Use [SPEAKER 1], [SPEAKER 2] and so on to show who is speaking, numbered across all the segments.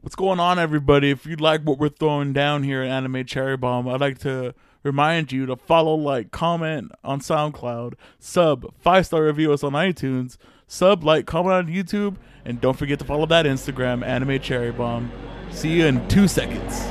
[SPEAKER 1] What's going on, everybody? If you like what we're throwing down here at Anime Cherry Bomb, I'd like to remind you to follow, like, comment on SoundCloud, sub, five star review us on iTunes, sub, like, comment on YouTube, and don't forget to follow that Instagram, Anime Cherry Bomb. See you in two seconds.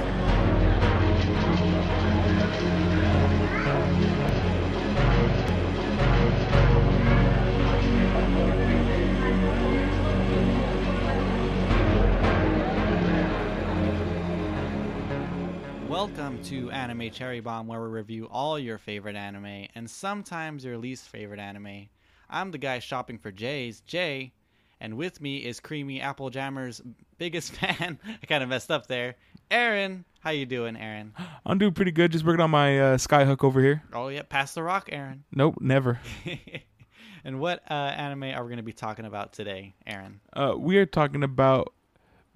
[SPEAKER 2] Welcome to Anime Cherry Bomb, where we review all your favorite anime and sometimes your least favorite anime. I'm the guy shopping for J's, Jay, and with me is Creamy Apple Jammer's biggest fan. I kind of messed up there. Aaron, how you doing, Aaron?
[SPEAKER 1] I'm doing pretty good. Just working on my uh, skyhook over here.
[SPEAKER 2] Oh yeah, pass the rock, Aaron.
[SPEAKER 1] Nope, never.
[SPEAKER 2] and what uh, anime are we going to be talking about today, Aaron?
[SPEAKER 1] Uh, we are talking about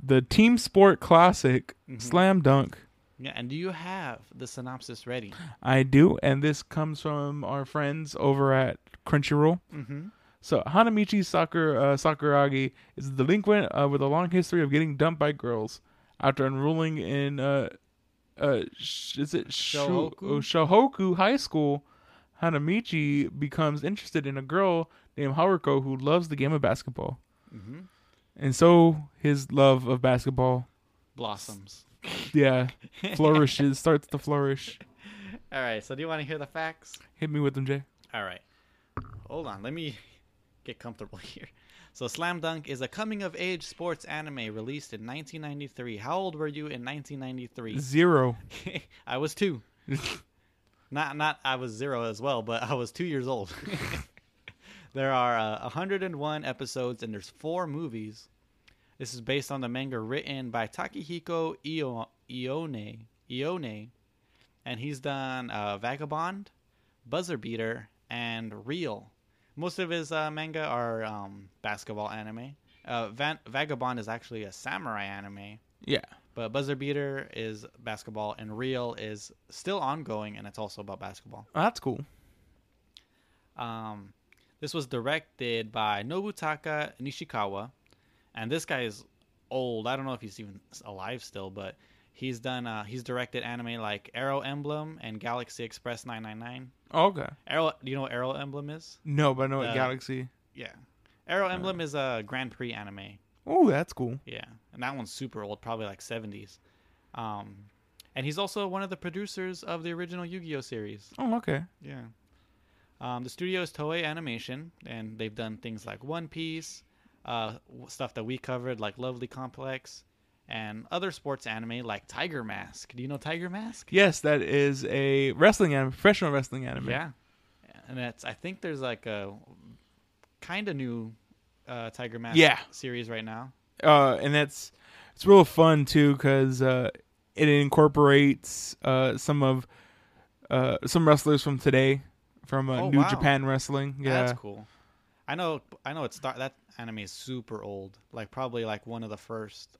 [SPEAKER 1] the Team Sport Classic Slam Dunk.
[SPEAKER 2] Yeah, and do you have the synopsis ready?
[SPEAKER 1] I do, and this comes from our friends over at Crunchyroll.
[SPEAKER 2] Mm-hmm.
[SPEAKER 1] So Hanamichi Sakura, uh, Sakuragi is a delinquent uh, with a long history of getting dumped by girls. After enrolling in, uh, uh, sh- is it Sho-
[SPEAKER 2] Shohoku?
[SPEAKER 1] oh, Shohoku High School, Hanamichi becomes interested in a girl named Haruko who loves the game of basketball.
[SPEAKER 2] Mhm.
[SPEAKER 1] And so his love of basketball,
[SPEAKER 2] Blossoms.
[SPEAKER 1] yeah, flourishes, starts to flourish.
[SPEAKER 2] All right, so do you want to hear the facts?
[SPEAKER 1] Hit me with them, Jay.
[SPEAKER 2] All right. Hold on. Let me get comfortable here. So, Slam Dunk is a coming of age sports anime released in 1993. How old were you in 1993?
[SPEAKER 1] Zero.
[SPEAKER 2] I was two. Not, not, I was zero as well, but I was two years old. there are uh, 101 episodes and there's four movies. This is based on the manga written by Takehiko Io- Ione, Ione, and he's done uh, Vagabond, Buzzer Beater, and Real. Most of his uh, manga are um, basketball anime. Uh, Van- Vagabond is actually a samurai anime,
[SPEAKER 1] Yeah.
[SPEAKER 2] but Buzzer Beater is basketball, and Real is still ongoing, and it's also about basketball.
[SPEAKER 1] Oh, that's cool.
[SPEAKER 2] Um, this was directed by Nobutaka Nishikawa, and this guy is old. I don't know if he's even s- alive still, but he's done. Uh, he's directed anime like Arrow Emblem and Galaxy Express 999.
[SPEAKER 1] Oh, Okay.
[SPEAKER 2] Arrow, do you know what Arrow Emblem is?
[SPEAKER 1] No, but I know what
[SPEAKER 2] Uh,
[SPEAKER 1] Galaxy.
[SPEAKER 2] Yeah, Arrow Emblem is a Grand Prix anime.
[SPEAKER 1] Oh, that's cool.
[SPEAKER 2] Yeah, and that one's super old, probably like 70s. Um, and he's also one of the producers of the original Yu-Gi-Oh series.
[SPEAKER 1] Oh, okay.
[SPEAKER 2] Yeah. Um, the studio is Toei Animation, and they've done things like One Piece, uh, w- stuff that we covered like Lovely Complex, and other sports anime like Tiger Mask. Do you know Tiger Mask?
[SPEAKER 1] Yes, that is a wrestling anime, professional wrestling anime.
[SPEAKER 2] Yeah. And that's I think there's like a kind of new uh, Tiger Mask
[SPEAKER 1] Yeah.
[SPEAKER 2] series right now.
[SPEAKER 1] Uh, and that's it's real fun too because uh, it incorporates uh, some of uh, some wrestlers from today from uh,
[SPEAKER 2] Oh,
[SPEAKER 1] New
[SPEAKER 2] wow.
[SPEAKER 1] Japan Wrestling. Yeah.
[SPEAKER 2] That's cool. I know I know it's star- that anime is super old. Like probably like one of the first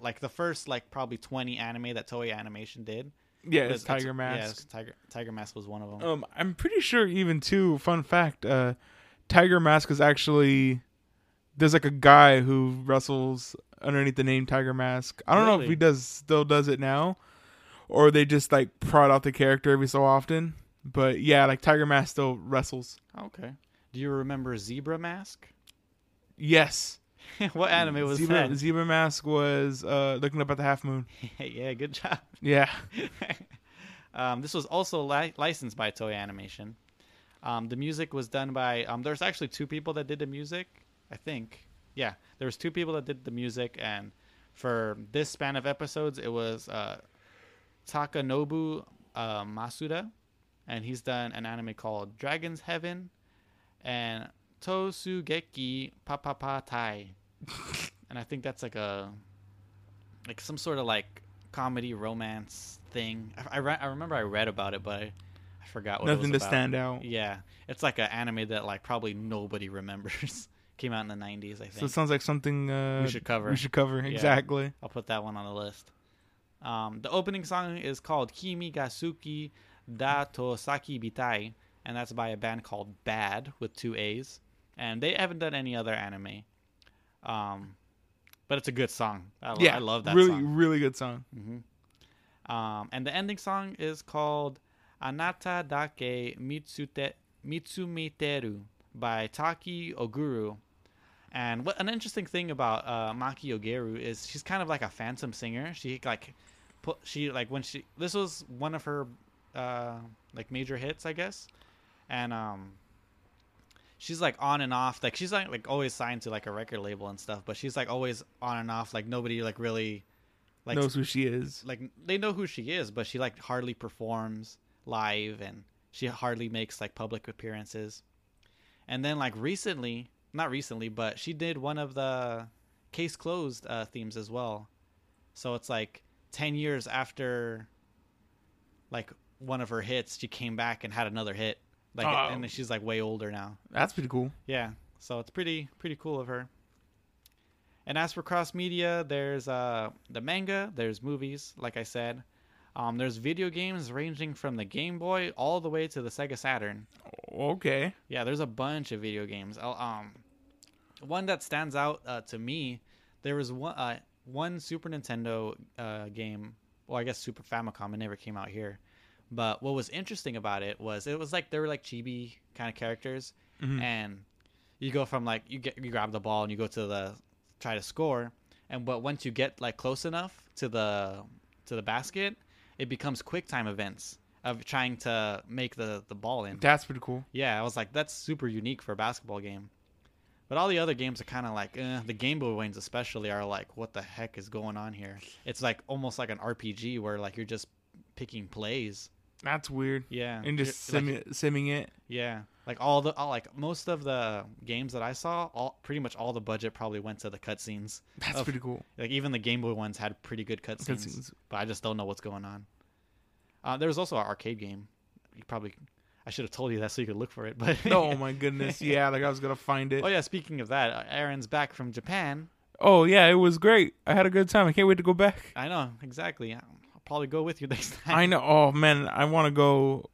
[SPEAKER 2] like the first like probably 20 anime that Toei Animation did.
[SPEAKER 1] Yeah,
[SPEAKER 2] But
[SPEAKER 1] it's Tiger Mask.
[SPEAKER 2] Yeah, it's Tiger Tiger Mask was one of them.
[SPEAKER 1] Um, I'm pretty sure even too. Fun fact: uh, Tiger Mask is actually there's like a guy who wrestles underneath the name Tiger Mask. I don't know if
[SPEAKER 2] Really?
[SPEAKER 1] he does still does it now, or they just like prod out the character every so often. But yeah, like Tiger Mask still wrestles.
[SPEAKER 2] Okay. Do you remember Zebra Mask?
[SPEAKER 1] Yes,
[SPEAKER 2] what anime was
[SPEAKER 1] Mm, Zebra,
[SPEAKER 2] that?
[SPEAKER 1] Zebra Mask was uh, looking up at the half moon.
[SPEAKER 2] yeah, good job.
[SPEAKER 1] Yeah,
[SPEAKER 2] um, this was also li- licensed by Toei Animation. Um, the music was done by. Um, there's actually two people that did the music, I think. Yeah, there was two people that did the music, and for this span of episodes, it was uh, Takanobu uh, Masuda, and he's done an anime called Dragon's Heaven, and Tosugeki Papapatai, and I think that's like a like some sort of like comedy romance thing. I I, re- I remember I read about it, but I, I forgot what
[SPEAKER 1] nothing
[SPEAKER 2] it
[SPEAKER 1] to
[SPEAKER 2] was about.
[SPEAKER 1] stand out.
[SPEAKER 2] Yeah, it's like an anime that like probably nobody remembers. Came out in the '90s, I think.
[SPEAKER 1] So it sounds like something uh,
[SPEAKER 2] We should cover.
[SPEAKER 1] We should cover exactly.
[SPEAKER 2] I'll put that one on the list. Um, the opening song is called Kimi Gasuki Da Tosaki Bitai, and that's by a band called Bad with two A's. And they haven't done any other anime. Um, but it's a good song. I,
[SPEAKER 1] yeah,
[SPEAKER 2] I love that
[SPEAKER 1] Really,
[SPEAKER 2] song.
[SPEAKER 1] really good song.
[SPEAKER 2] Um, and the ending song is called Anata Dake Mitsute, Mitsumeteru by Taki Oguru. And what an interesting thing about uh, Maki Ogeru is she's kind of like a phantom singer. She like, put, she like when she this was one of her uh, like major hits, I guess. And um, she's like on and off. Like she's like like always signed to like a record label and stuff, but she's like always on and off. Like nobody like really like
[SPEAKER 1] Knows who she is.
[SPEAKER 2] like they know who she is, but she like hardly performs live and she hardly makes like public appearances. And then like recently, not recently, but she did one of the case closed uh, themes as well. So it's like 10 years after like one of her hits, she came back and had another hit. Like
[SPEAKER 1] Oh.
[SPEAKER 2] and she's like way older now.
[SPEAKER 1] That's pretty cool.
[SPEAKER 2] Yeah, so it's pretty pretty cool of her. And as for cross media, there's uh the manga, there's movies, like I said. Um, there's video games ranging from the Game Boy all the way to the Sega Saturn.
[SPEAKER 1] Okay.
[SPEAKER 2] Yeah, there's a bunch of video games. I'll, um, one that stands out uh, to me, there was one uh, one Super Nintendo uh, game. Well, I guess Super Famicom. It never came out here. But what was interesting about it was it was like they were like chibi kind of characters, and you go from like you get you grab the ball and you go to the try to score, and but once you get like close enough to the to the basket, it becomes quick time events of trying to make the the ball in.
[SPEAKER 1] That's pretty cool.
[SPEAKER 2] Yeah, I was like, that's super unique for a basketball game. But all the other games are kind of like, eh, the Game Boy ones especially are like, what the heck is going on here? It's like almost like an RPG where like you're just picking plays.
[SPEAKER 1] That's weird.
[SPEAKER 2] Yeah,
[SPEAKER 1] And just
[SPEAKER 2] You're- like,
[SPEAKER 1] sim- simming it.
[SPEAKER 2] yeah, like all the all, like most of the games that I saw, all pretty much all the budget probably went to the cutscenes.
[SPEAKER 1] That's
[SPEAKER 2] of-
[SPEAKER 1] pretty cool.
[SPEAKER 2] Like even the Game Boy ones had pretty good cutscenes,
[SPEAKER 1] Cutscenes.
[SPEAKER 2] but I just don't know what's going on. Uh, there was also an arcade game. You probably, I should have told you that so you could look for it. But
[SPEAKER 1] oh my goodness. Yeah, like I was gonna find it.
[SPEAKER 2] Oh yeah, speaking of that, uh, Aaron's back from Japan.
[SPEAKER 1] Oh yeah, it was great. I had a good time. I can't wait to go back.
[SPEAKER 2] I know exactly. I'll probably go with you next time.
[SPEAKER 1] I know. Oh man, I want to go.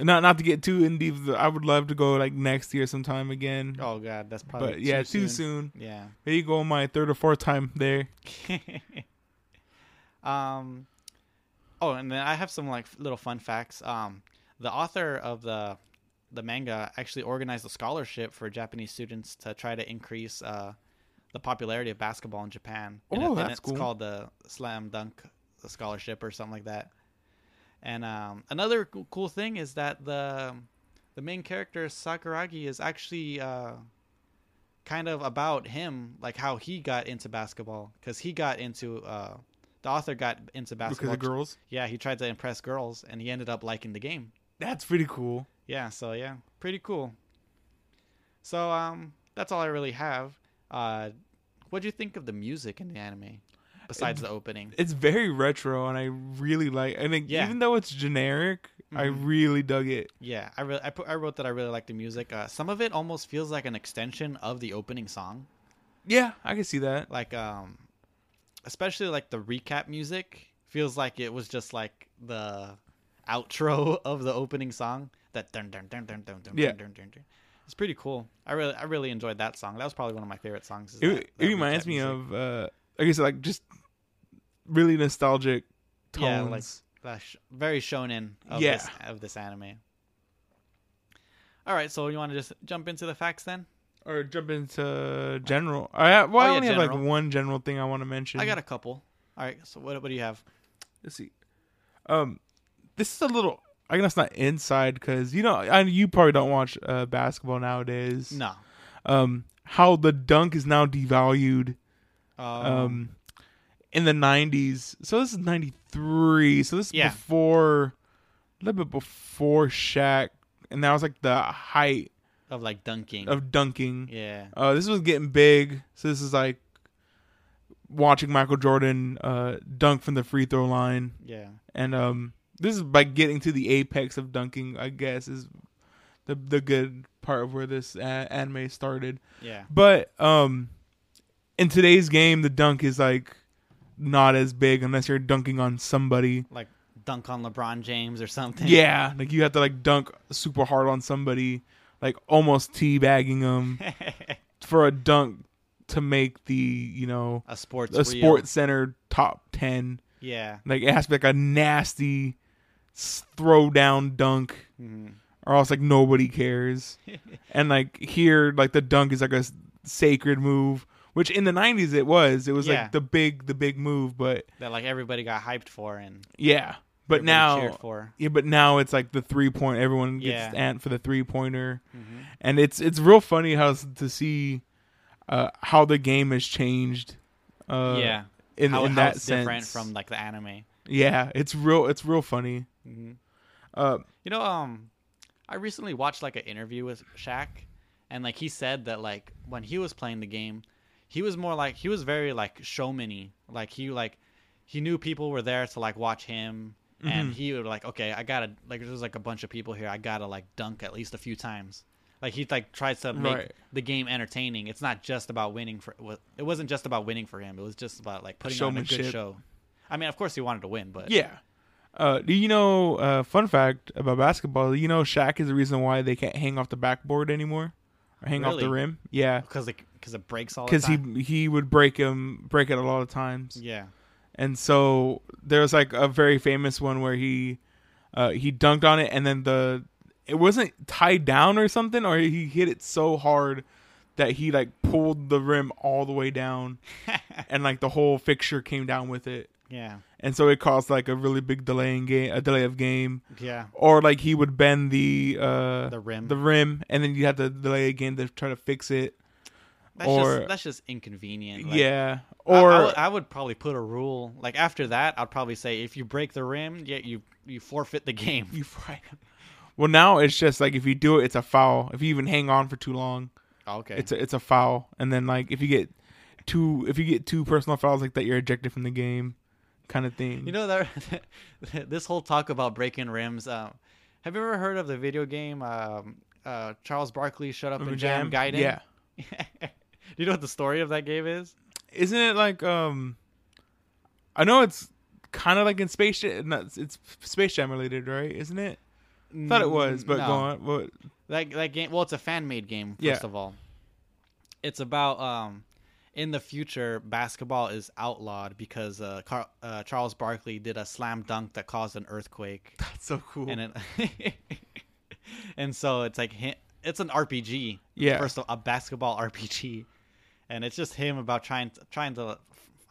[SPEAKER 1] Not not to get too in deep. I would love to go like next year sometime again.
[SPEAKER 2] oh god, that's probably.
[SPEAKER 1] but yeah, too,
[SPEAKER 2] soon.
[SPEAKER 1] soon.
[SPEAKER 2] Yeah.
[SPEAKER 1] There you go, my third or fourth time there.
[SPEAKER 2] um. Oh, and then I have some like little fun facts. Um, the author of the the manga actually organized a scholarship for Japanese students to try to increase uh, the popularity of basketball in Japan. And
[SPEAKER 1] Oh,
[SPEAKER 2] and
[SPEAKER 1] that's
[SPEAKER 2] it's
[SPEAKER 1] cool.
[SPEAKER 2] called the Slam Dunk uh, Scholarship or something like that. And um, another coo- cool thing is that the the main character Sakuragi is actually uh, kind of about him, like how he got into basketball, because he got into uh, the author got into
[SPEAKER 1] because
[SPEAKER 2] basketball.
[SPEAKER 1] of girls.
[SPEAKER 2] Yeah, he tried to impress girls, and he ended up liking the game.
[SPEAKER 1] That's pretty cool.
[SPEAKER 2] Yeah, so yeah, pretty cool. So um, that's all I really have. Uh, what do you think of the music in the anime, besides the opening?
[SPEAKER 1] It's very retro, and I really like. I think
[SPEAKER 2] Yeah. Mm-hmm.
[SPEAKER 1] even though it's generic, I really dug it.
[SPEAKER 2] Yeah, I really I, put, I wrote that I really like the music. Uh, some of it almost feels like an extension of the opening song,
[SPEAKER 1] Yeah, I can see that.
[SPEAKER 2] like um, especially like the recap music feels like it was just like the outro of the opening song. That dun dun dun dun dun dun
[SPEAKER 1] Yeah.
[SPEAKER 2] dun dun dun. dun. It's pretty cool. I really I really enjoyed that song. That was probably one of my favorite songs. is
[SPEAKER 1] It,
[SPEAKER 2] that- that
[SPEAKER 1] it reminds
[SPEAKER 2] recap
[SPEAKER 1] me
[SPEAKER 2] music.
[SPEAKER 1] of, uh, like I said, like just really nostalgic tones.
[SPEAKER 2] Yeah, like- the sh- very shonen of
[SPEAKER 1] Yeah.
[SPEAKER 2] this of this anime. All right, so you want to just jump into the facts then?
[SPEAKER 1] or jump into general. I well, I
[SPEAKER 2] Oh, yeah,
[SPEAKER 1] only have like
[SPEAKER 2] general.
[SPEAKER 1] one general thing I want to mention.
[SPEAKER 2] I got a couple. All right, so what what do you have?
[SPEAKER 1] Let's see. Um, this is a little. I guess not inside because you know I, you probably don't watch uh, basketball nowadays.
[SPEAKER 2] No.
[SPEAKER 1] Um, how the dunk is now devalued.
[SPEAKER 2] Um,
[SPEAKER 1] Um, in the '90s. So this is '93. So this is
[SPEAKER 2] Yeah.
[SPEAKER 1] before a little bit before Shaq, and that was like the height
[SPEAKER 2] of like dunking.
[SPEAKER 1] of dunking.
[SPEAKER 2] yeah.
[SPEAKER 1] Uh, this was getting big. So this is like watching Michael Jordan uh, dunk from the free throw line,
[SPEAKER 2] Yeah.
[SPEAKER 1] and um, this is by getting to the apex of dunking. I guess is the the good part of where this a- anime started.
[SPEAKER 2] Yeah.
[SPEAKER 1] But um, in today's game, the dunk is like not as big unless you're dunking on somebody.
[SPEAKER 2] Like dunk on LeBron James or something.
[SPEAKER 1] Yeah, like you have to like dunk super hard on somebody, like almost teabagging them for a dunk to make the you know
[SPEAKER 2] a sports
[SPEAKER 1] a
[SPEAKER 2] reel.
[SPEAKER 1] sports center top 10
[SPEAKER 2] Yeah.
[SPEAKER 1] like it has to be like a nasty s- throwdown dunk
[SPEAKER 2] Mhm.
[SPEAKER 1] or else like nobody cares and like here like the dunk is like a s- sacred move which in the 90s it was it was
[SPEAKER 2] Yeah.
[SPEAKER 1] like the big the big move but
[SPEAKER 2] That like everybody got hyped for and
[SPEAKER 1] yeah but
[SPEAKER 2] everybody cheered
[SPEAKER 1] now
[SPEAKER 2] for.
[SPEAKER 1] yeah but now it's like the three point everyone gets
[SPEAKER 2] Yeah.
[SPEAKER 1] ant for the three pointer
[SPEAKER 2] Mhm.
[SPEAKER 1] and it's it's real funny how s- to see uh how the game has changed uh
[SPEAKER 2] yeah.
[SPEAKER 1] in,
[SPEAKER 2] how,
[SPEAKER 1] in
[SPEAKER 2] how
[SPEAKER 1] that
[SPEAKER 2] it's
[SPEAKER 1] sense
[SPEAKER 2] different from like the anime.
[SPEAKER 1] yeah it's real it's real funny
[SPEAKER 2] hmm
[SPEAKER 1] uh
[SPEAKER 2] You know, um, I recently watched like an interview with Shaq, and like he said that like when he was playing the game, he was more like he was very like showmany. Like he like he knew people were there to like watch him,
[SPEAKER 1] Mm-hmm.
[SPEAKER 2] and he would like okay, I gotta like there's like a bunch of people here, I gotta like dunk at least a few times. Like he like tries to make
[SPEAKER 1] Right.
[SPEAKER 2] the game entertaining. It's not just about winning for it wasn't just about winning for him. It was just about like putting on a good
[SPEAKER 1] Showmanship.
[SPEAKER 2] show. I mean, of course he wanted to win, but
[SPEAKER 1] yeah uh do you know uh fun fact about basketball you know Shaq is the reason why they can't hang off the backboard anymore or hang off the
[SPEAKER 2] Really?
[SPEAKER 1] rim yeah
[SPEAKER 2] because because it breaks all the
[SPEAKER 1] because
[SPEAKER 2] time.
[SPEAKER 1] he he would break him break it a lot of times
[SPEAKER 2] yeah.
[SPEAKER 1] and so there's like a very famous one where he uh he dunked on it and then the it wasn't tied down or something or he hit it so hard that he like pulled the rim all the way down and like the whole fixture came down with it
[SPEAKER 2] Yeah.
[SPEAKER 1] and so it caused like a really big delay in game a delay of game
[SPEAKER 2] Yeah.
[SPEAKER 1] or like he would bend the uh
[SPEAKER 2] The rim.
[SPEAKER 1] the rim and then you have to delay again to try to fix it
[SPEAKER 2] That's
[SPEAKER 1] or-
[SPEAKER 2] just that's just inconvenient. Like,
[SPEAKER 1] yeah
[SPEAKER 2] I- I
[SPEAKER 1] or
[SPEAKER 2] would- I would probably put a rule like after that. I'd probably say if you break the rim, yeah, you you forfeit the game.
[SPEAKER 1] You fry him. Well, now it's just like if you do it, it's a foul. If you even hang on for too long,
[SPEAKER 2] Oh, Okay.
[SPEAKER 1] it's a, it's a foul. And then like if you get two if you get two personal fouls like that, you're ejected from the game, kind of thing.
[SPEAKER 2] you know that this whole talk about breaking rims. Um, have you ever heard of the video game um, uh, Charles Barkley shut up and jam, guiding?
[SPEAKER 1] Yeah,
[SPEAKER 2] Do you know what the story of that game is?
[SPEAKER 1] isn't it like um, I know it's kind of like in Space Jam. Not, it's Space Jam related, right? Isn't it? I thought it was, but
[SPEAKER 2] Mm, no.
[SPEAKER 1] go on. Well,
[SPEAKER 2] That that game. Well, it's a fan made game. First
[SPEAKER 1] Yeah.
[SPEAKER 2] of all, it's about um, in the future basketball is outlawed because uh, Car- uh Charles Barkley did a slam dunk that caused an earthquake,
[SPEAKER 1] that's so cool.
[SPEAKER 2] and it and so it's like hi- it's an RPG.
[SPEAKER 1] Yeah.
[SPEAKER 2] first of a basketball RPG, and it's just him about trying to, trying to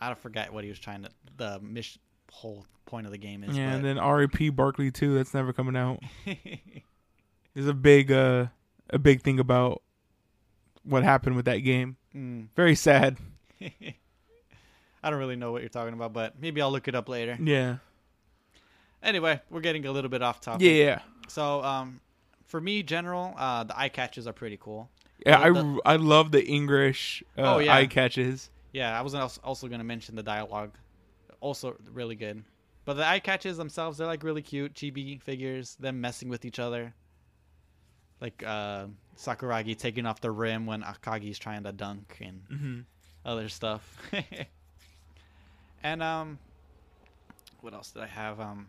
[SPEAKER 2] I don't forget what he was trying to the mission whole point of the game is.
[SPEAKER 1] yeah, and
[SPEAKER 2] but,
[SPEAKER 1] then R.E.P. Barkley too. That's never coming out. There's a big uh a big thing about what happened with that game.
[SPEAKER 2] Mm.
[SPEAKER 1] Very sad.
[SPEAKER 2] I don't really know what you're talking about, but maybe I'll look it up later.
[SPEAKER 1] Yeah.
[SPEAKER 2] Anyway, we're getting a little bit off topic.
[SPEAKER 1] Yeah. Yeah.
[SPEAKER 2] So, um, for me, general, uh, the eye catches are pretty cool.
[SPEAKER 1] Yeah, I,
[SPEAKER 2] The- the-
[SPEAKER 1] I love the English uh,
[SPEAKER 2] Oh, yeah.
[SPEAKER 1] eye catches.
[SPEAKER 2] Yeah, I was als- also going to mention the dialogue, also really good. But the eye catches themselves, they're like really cute chibi figures. Them messing with each other, like uh, Sakuragi taking off the rim when Akagi's trying to dunk and
[SPEAKER 1] Mm-hmm.
[SPEAKER 2] other stuff. and um, what else did I have? Um,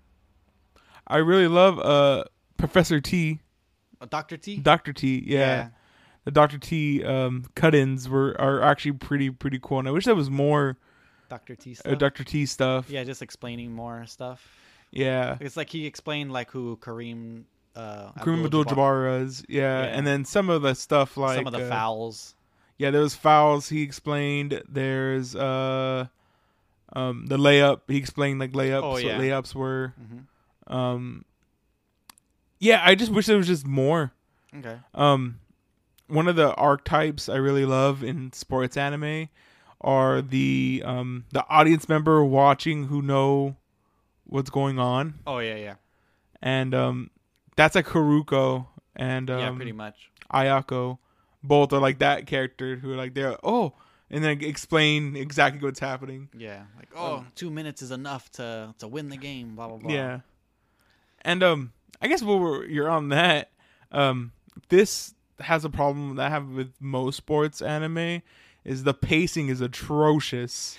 [SPEAKER 1] I really love uh Professor T,
[SPEAKER 2] Doctor T.
[SPEAKER 1] Doctor T. Yeah, the Doctor T um, cut-ins were are actually pretty pretty cool, and I wish there was more
[SPEAKER 2] Doctor T
[SPEAKER 1] uh,
[SPEAKER 2] stuff.
[SPEAKER 1] Doctor T stuff.
[SPEAKER 2] yeah, just explaining more stuff.
[SPEAKER 1] yeah.
[SPEAKER 2] It's like he explained like who Kareem, uh,
[SPEAKER 1] Kareem Abdul-Jabbar's, yeah.
[SPEAKER 2] Yeah.
[SPEAKER 1] and then some of the stuff like
[SPEAKER 2] some of the
[SPEAKER 1] uh,
[SPEAKER 2] fouls.
[SPEAKER 1] Yeah, there's fouls. He explained. There's uh, um, the layup. He explained like layups.
[SPEAKER 2] Oh, yeah.
[SPEAKER 1] What layups were.
[SPEAKER 2] Mhm.
[SPEAKER 1] Um, yeah, I just wish there was just more.
[SPEAKER 2] Okay.
[SPEAKER 1] Um, one of the archetypes I really love in sports anime are the um the audience member watching who know what's going on,
[SPEAKER 2] Oh yeah, yeah,
[SPEAKER 1] and um, that's like Haruko and um,
[SPEAKER 2] yeah, pretty much.
[SPEAKER 1] Ayako, both are like that character who are like they're oh, and then explain exactly what's happening.
[SPEAKER 2] Yeah, like oh, two minutes is enough to to win the game. Blah blah blah.
[SPEAKER 1] Yeah, and um, I guess while we're, you're on that, um, this has a problem that I have with most sports anime is the pacing is atrocious,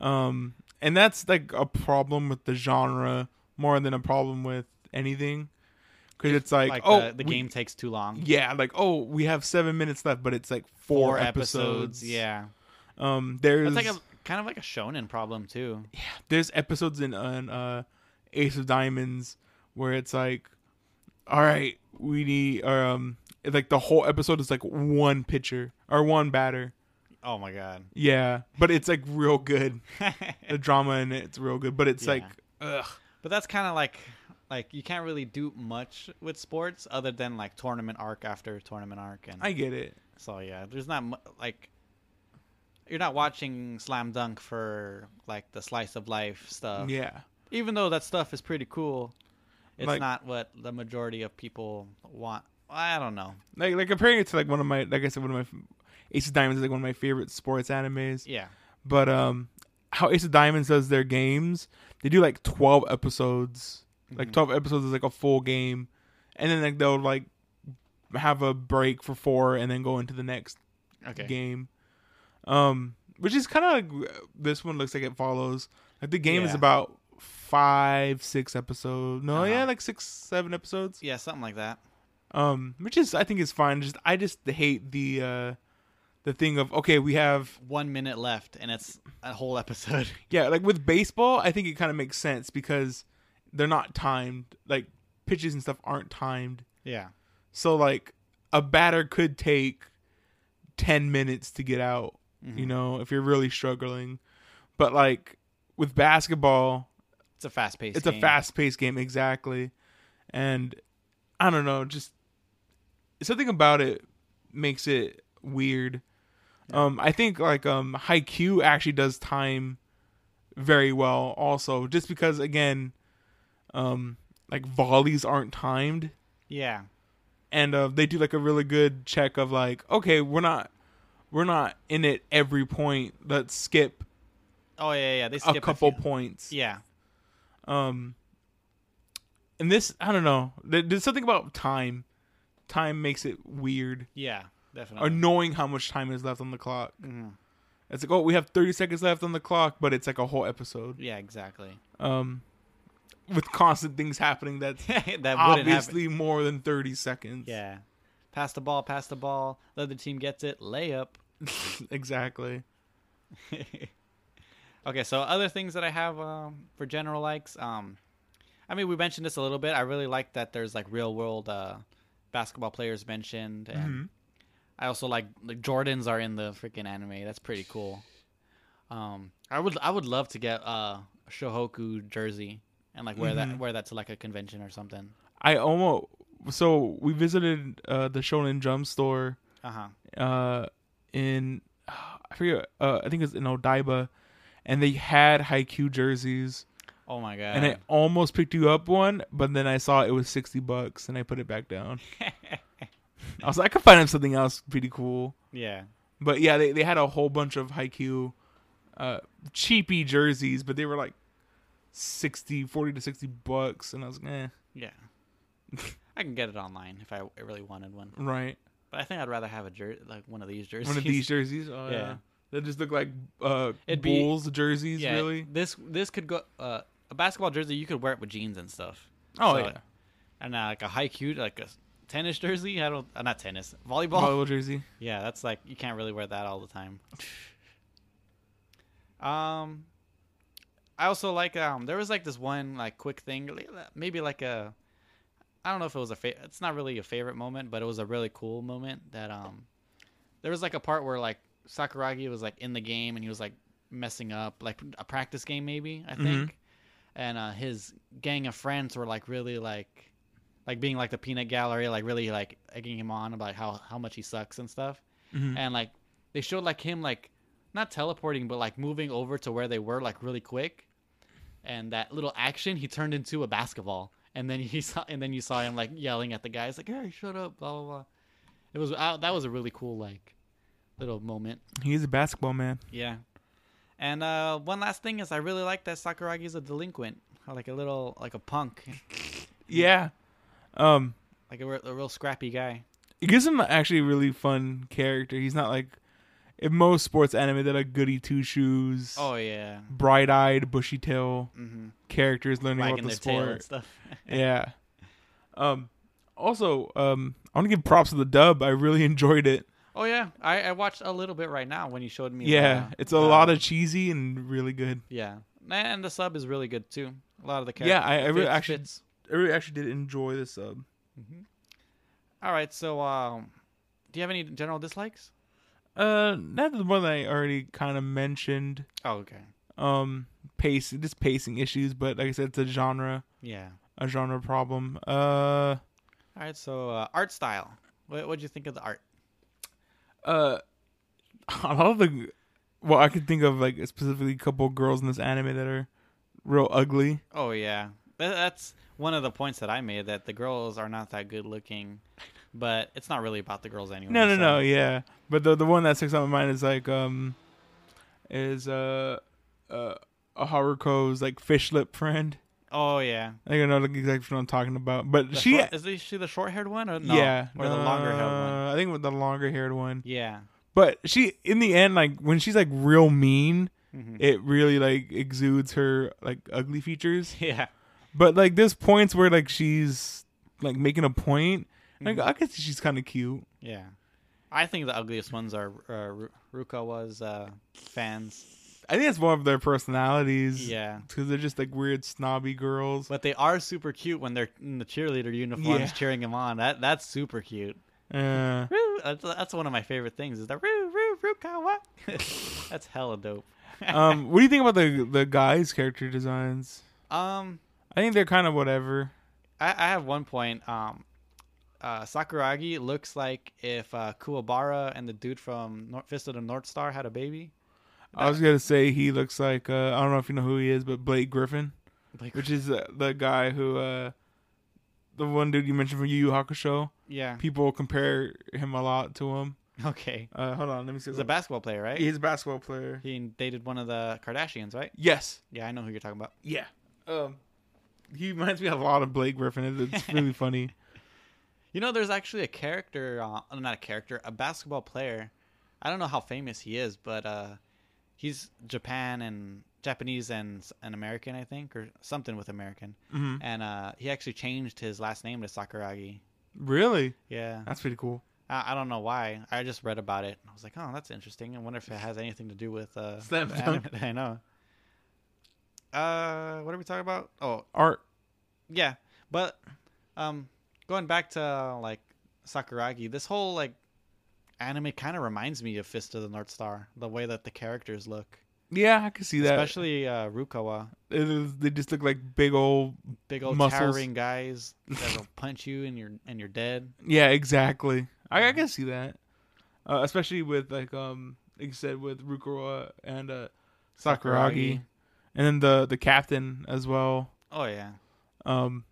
[SPEAKER 1] um, and that's like a problem with the genre more than a problem with anything. because it's like,
[SPEAKER 2] Like
[SPEAKER 1] oh,
[SPEAKER 2] the, the
[SPEAKER 1] we-
[SPEAKER 2] game takes too long.
[SPEAKER 1] yeah, like oh, we have seven minutes left, but it's like four,
[SPEAKER 2] Four episodes. Yeah.
[SPEAKER 1] Um, there's
[SPEAKER 2] That's like a kind of like a shonen problem too.
[SPEAKER 1] there's episodes in, in uh, Ace of Diamonds where it's like, all right, we need or, um like the whole episode is like one pitcher or one batter.
[SPEAKER 2] Oh my god.
[SPEAKER 1] Yeah, but it's like real good.
[SPEAKER 2] but
[SPEAKER 1] The drama in it's real good, but it's
[SPEAKER 2] Yeah.
[SPEAKER 1] like ugh.
[SPEAKER 2] that's kind of like like you can't really do much with sports other than like tournament arc after tournament arc and
[SPEAKER 1] I get it.
[SPEAKER 2] so yeah, there's not mu- like you're not watching slam dunk for like the slice of life stuff.
[SPEAKER 1] Yeah,
[SPEAKER 2] Even though that stuff is pretty cool, it's
[SPEAKER 1] Like-
[SPEAKER 2] not what the majority of people want. I don't know.
[SPEAKER 1] like like comparing it to like one of my like I said one of my Ace of Diamonds is like one of my favorite sports animes.
[SPEAKER 2] Yeah.
[SPEAKER 1] But um, how Ace of Diamonds does their games, they do like twelve episodes. Like
[SPEAKER 2] Mm-hmm.
[SPEAKER 1] twelve episodes is like a full game, and then like they'll like have a break for four and then go into the next
[SPEAKER 2] Okay.
[SPEAKER 1] game. Um, which is kind of like uh, this one looks like it follows. Like the game is
[SPEAKER 2] Yeah.
[SPEAKER 1] about five, six episodes. No,
[SPEAKER 2] Uh-huh.
[SPEAKER 1] yeah, like six, seven episodes.
[SPEAKER 2] Yeah, something like that.
[SPEAKER 1] Um, which is I think is fine. Just I just hate the uh the thing of okay, we have
[SPEAKER 2] One minute left, and it's a whole episode.
[SPEAKER 1] yeah, like with baseball, I think it kind of makes sense because they're not timed. Like pitches and stuff aren't timed.
[SPEAKER 2] yeah.
[SPEAKER 1] So like a batter could take 10 minutes to get out, you know, if you're really struggling. But like with basketball,
[SPEAKER 2] It's a fast paced.
[SPEAKER 1] it's a fast-paced game exactly. And I don't know, just something about it makes it weird. Um I think like um Haikyuu actually does time very well also just because again um like volleys aren't timed
[SPEAKER 2] Yeah.
[SPEAKER 1] and uh, they do like a really good check of like okay we're not we're not in it every point let's skip
[SPEAKER 2] Oh yeah, yeah. They
[SPEAKER 1] a
[SPEAKER 2] skip
[SPEAKER 1] couple
[SPEAKER 2] few.
[SPEAKER 1] points
[SPEAKER 2] Yeah.
[SPEAKER 1] um and this i don't know There- there's something about time time makes it weird
[SPEAKER 2] Yeah. Definitely.
[SPEAKER 1] or knowing how much time is left on the clock
[SPEAKER 2] Mhm.
[SPEAKER 1] it's like oh we have 30 seconds left on the clock but it's like a whole episode
[SPEAKER 2] Yeah. Exactly.
[SPEAKER 1] um with constant things happening that's
[SPEAKER 2] that wouldn't happen.
[SPEAKER 1] obviously more than 30 seconds
[SPEAKER 2] Yeah. Pass the ball. Pass the ball. The other team gets it. Layup.
[SPEAKER 1] exactly
[SPEAKER 2] okay. So other things that I have um, for general likes. Um, I mean, we mentioned this a little bit. I really like that there's like real world uh, basketball players mentioned, and
[SPEAKER 1] Mhm.
[SPEAKER 2] I also like like Jordans are in the freaking anime. That's pretty cool. Um, I would I would love to get uh, a Shohoku jersey and like wear that wear that to like a convention or something.
[SPEAKER 1] I almost so we visited uh, the Shonen Jump store
[SPEAKER 2] Uh huh.
[SPEAKER 1] uh, in I forget uh, I think it's in Odaiba, and they had Haikyuu jerseys,
[SPEAKER 2] Oh my god.
[SPEAKER 1] and I almost picked you up one, but then I saw it was sixty bucks, and I put it back down. I was like, I could find him something else pretty cool,
[SPEAKER 2] yeah.
[SPEAKER 1] but yeah, they they had a whole bunch of Haikyuu uh, cheapy jerseys, but they were like. 60 40 to 60 bucks and i was like eh,
[SPEAKER 2] Yeah. I can get it online if I really wanted one.
[SPEAKER 1] right
[SPEAKER 2] But I think I'd rather have a jer- like one of these jerseys.
[SPEAKER 1] one of these jerseys. Oh, yeah.
[SPEAKER 2] Yeah.
[SPEAKER 1] They just look like uh,
[SPEAKER 2] It'd be-
[SPEAKER 1] Bulls jerseys,
[SPEAKER 2] yeah,
[SPEAKER 1] really.
[SPEAKER 2] This this could go uh, a basketball jersey. You could wear it with jeans and stuff.
[SPEAKER 1] Oh,
[SPEAKER 2] So,
[SPEAKER 1] yeah.
[SPEAKER 2] And uh, like a high cute like a tennis jersey. I don't uh, not tennis volleyball.
[SPEAKER 1] Volleyball jersey.
[SPEAKER 2] Yeah, that's like you can't really wear that all the time. Um, I also like um there was like this one like quick thing li- maybe like a I don't know if it was a fa- it's not really a favorite moment but it was a really cool moment that um there was like a part where like Sakuragi was like in the game and he was like messing up like a practice game maybe I think and uh his gang of friends were like really like like being like the peanut gallery like really like egging him on about how how much he sucks and stuff
[SPEAKER 1] Mhm.
[SPEAKER 2] and like they showed like him like not teleporting but like moving over to where they were like really quick and that little action he turned into a basketball and then he saw and then you saw him like yelling at the guys like hey shut up blah blah blah it was uh, that was a really cool like little moment
[SPEAKER 1] He's a basketball man.
[SPEAKER 2] yeah. And uh, one last thing is, I really like that Sakuragi is a delinquent, like a little, like a punk,
[SPEAKER 1] Yeah. Um,
[SPEAKER 2] like a, re- a real scrappy guy.
[SPEAKER 1] it gives him actually a really fun character. He's not like in most sports anime. They're like goody two shoes,
[SPEAKER 2] Oh yeah,
[SPEAKER 1] bright eyed, bushy tail
[SPEAKER 2] mm-hmm.
[SPEAKER 1] characters learning
[SPEAKER 2] wagging
[SPEAKER 1] about the
[SPEAKER 2] their tail
[SPEAKER 1] sport.
[SPEAKER 2] and stuff.
[SPEAKER 1] Yeah. Um, Also, um, I want to give props to the dub. I really enjoyed it.
[SPEAKER 2] Oh yeah, I, I watched a little bit right now when you showed me.
[SPEAKER 1] Yeah,
[SPEAKER 2] the- uh,
[SPEAKER 1] it's a
[SPEAKER 2] the-
[SPEAKER 1] lot of cheesy and really good.
[SPEAKER 2] yeah, and the sub is really good too. A lot of the
[SPEAKER 1] Yeah,
[SPEAKER 2] characters.
[SPEAKER 1] I, I really
[SPEAKER 2] fits-
[SPEAKER 1] actually,
[SPEAKER 2] fits.
[SPEAKER 1] I really actually did enjoy the sub.
[SPEAKER 2] All right, so um, do you have any general dislikes?
[SPEAKER 1] Uh, not the one that I already kind of mentioned.
[SPEAKER 2] Oh okay,
[SPEAKER 1] Um, pace, just pacing issues, but like I said, it's a genre,
[SPEAKER 2] yeah.
[SPEAKER 1] a genre problem. Uh,
[SPEAKER 2] All right, so uh, art style. What what do you think of the art?
[SPEAKER 1] uh, a lot of the, well, I could think of like specifically a couple girls in this anime that are real ugly.
[SPEAKER 2] Oh yeah, Tha- that's one of the points that I made that the girls are not that good looking, but it's not really about the girls anyway.
[SPEAKER 1] No, no,
[SPEAKER 2] so-
[SPEAKER 1] no, yeah. But the the one that sticks out in my mind is like um, is uh, uh, Haruko's like fish lip friend.
[SPEAKER 2] Oh yeah.
[SPEAKER 1] I don't know like, exactly what I'm talking about, but
[SPEAKER 2] The
[SPEAKER 1] she,
[SPEAKER 2] short- is this- she the short haired one or no?
[SPEAKER 1] yeah,
[SPEAKER 2] or the longer haired one?
[SPEAKER 1] uh, I think with the longer haired one.
[SPEAKER 2] Yeah.
[SPEAKER 1] But she, in the end, like when she's like real mean,
[SPEAKER 2] Mhm.
[SPEAKER 1] it really like exudes her like ugly features.
[SPEAKER 2] Yeah.
[SPEAKER 1] But like there's points where like she's like making a point. Like I guess she's kind of cute.
[SPEAKER 2] Yeah. I think the ugliest ones are uh, Ru- Rukawa's uh, fans.
[SPEAKER 1] I think that's one of their personalities.
[SPEAKER 2] Yeah.
[SPEAKER 1] because they're just like weird snobby girls.
[SPEAKER 2] But they are super cute when they're in the cheerleader uniforms
[SPEAKER 1] Yeah.
[SPEAKER 2] cheering him on. That that's super cute.
[SPEAKER 1] Uh,
[SPEAKER 2] Roo, that's, that's one of my favorite things is the Roo Roo Rukawa. that's hella dope.
[SPEAKER 1] um, what do you think about the the guys' character designs?
[SPEAKER 2] Um,
[SPEAKER 1] I think they're kind of whatever.
[SPEAKER 2] I, I have one point. Um, uh, Sakuragi looks like if uh, Kuwabara and the dude from Nor- Fist of the North Star had a baby.
[SPEAKER 1] I was gonna say he looks like uh, I don't know if you know who he is, but Blake Griffin,
[SPEAKER 2] Like,
[SPEAKER 1] which is uh, the guy who uh, the one dude you mentioned from Yu Yu Hakusho.
[SPEAKER 2] yeah.
[SPEAKER 1] People compare him a lot to him.
[SPEAKER 2] Okay.
[SPEAKER 1] Uh, hold on, let me see.
[SPEAKER 2] He's a basketball player, right?
[SPEAKER 1] He's a basketball player.
[SPEAKER 2] He dated one of the Kardashians, right?
[SPEAKER 1] Yes.
[SPEAKER 2] Yeah, I know who you're talking about.
[SPEAKER 1] Yeah. Um, he reminds me a lot of Blake Griffin. It- It's really funny.
[SPEAKER 2] You know, there's actually a character, uh, oh, not a character, a basketball player. I don't know how famous he is, but uh, he's Japan and Japanese and s- an American, I think, or something with American.
[SPEAKER 1] Mhm.
[SPEAKER 2] And uh, he actually changed his last name to Sakuragi.
[SPEAKER 1] Really,
[SPEAKER 2] Yeah,
[SPEAKER 1] that's pretty cool.
[SPEAKER 2] I, I don't know why. I just read about it. And I was like, oh, that's interesting. I wonder if it has anything to do with uh,
[SPEAKER 1] Slam
[SPEAKER 2] the
[SPEAKER 1] Dunk.
[SPEAKER 2] anime. I know. Uh, what are we talking about? Oh,
[SPEAKER 1] Art.
[SPEAKER 2] Yeah, but um, going back to uh, like Sakuragi, this whole like anime kind of reminds me of Fist of the North Star, the way that the characters look,
[SPEAKER 1] Yeah, I can see that.
[SPEAKER 2] especially uh, Rukawa,
[SPEAKER 1] It is- they just look like big old.
[SPEAKER 2] big old
[SPEAKER 1] Muscles.
[SPEAKER 2] towering guys that will punch you and you're and you're dead.
[SPEAKER 1] Yeah, exactly. I, I can see that, uh, especially with like um, like you said, with Rukawa and uh, Sakuragi, and then the the captain as well.
[SPEAKER 2] Oh yeah,
[SPEAKER 1] Um,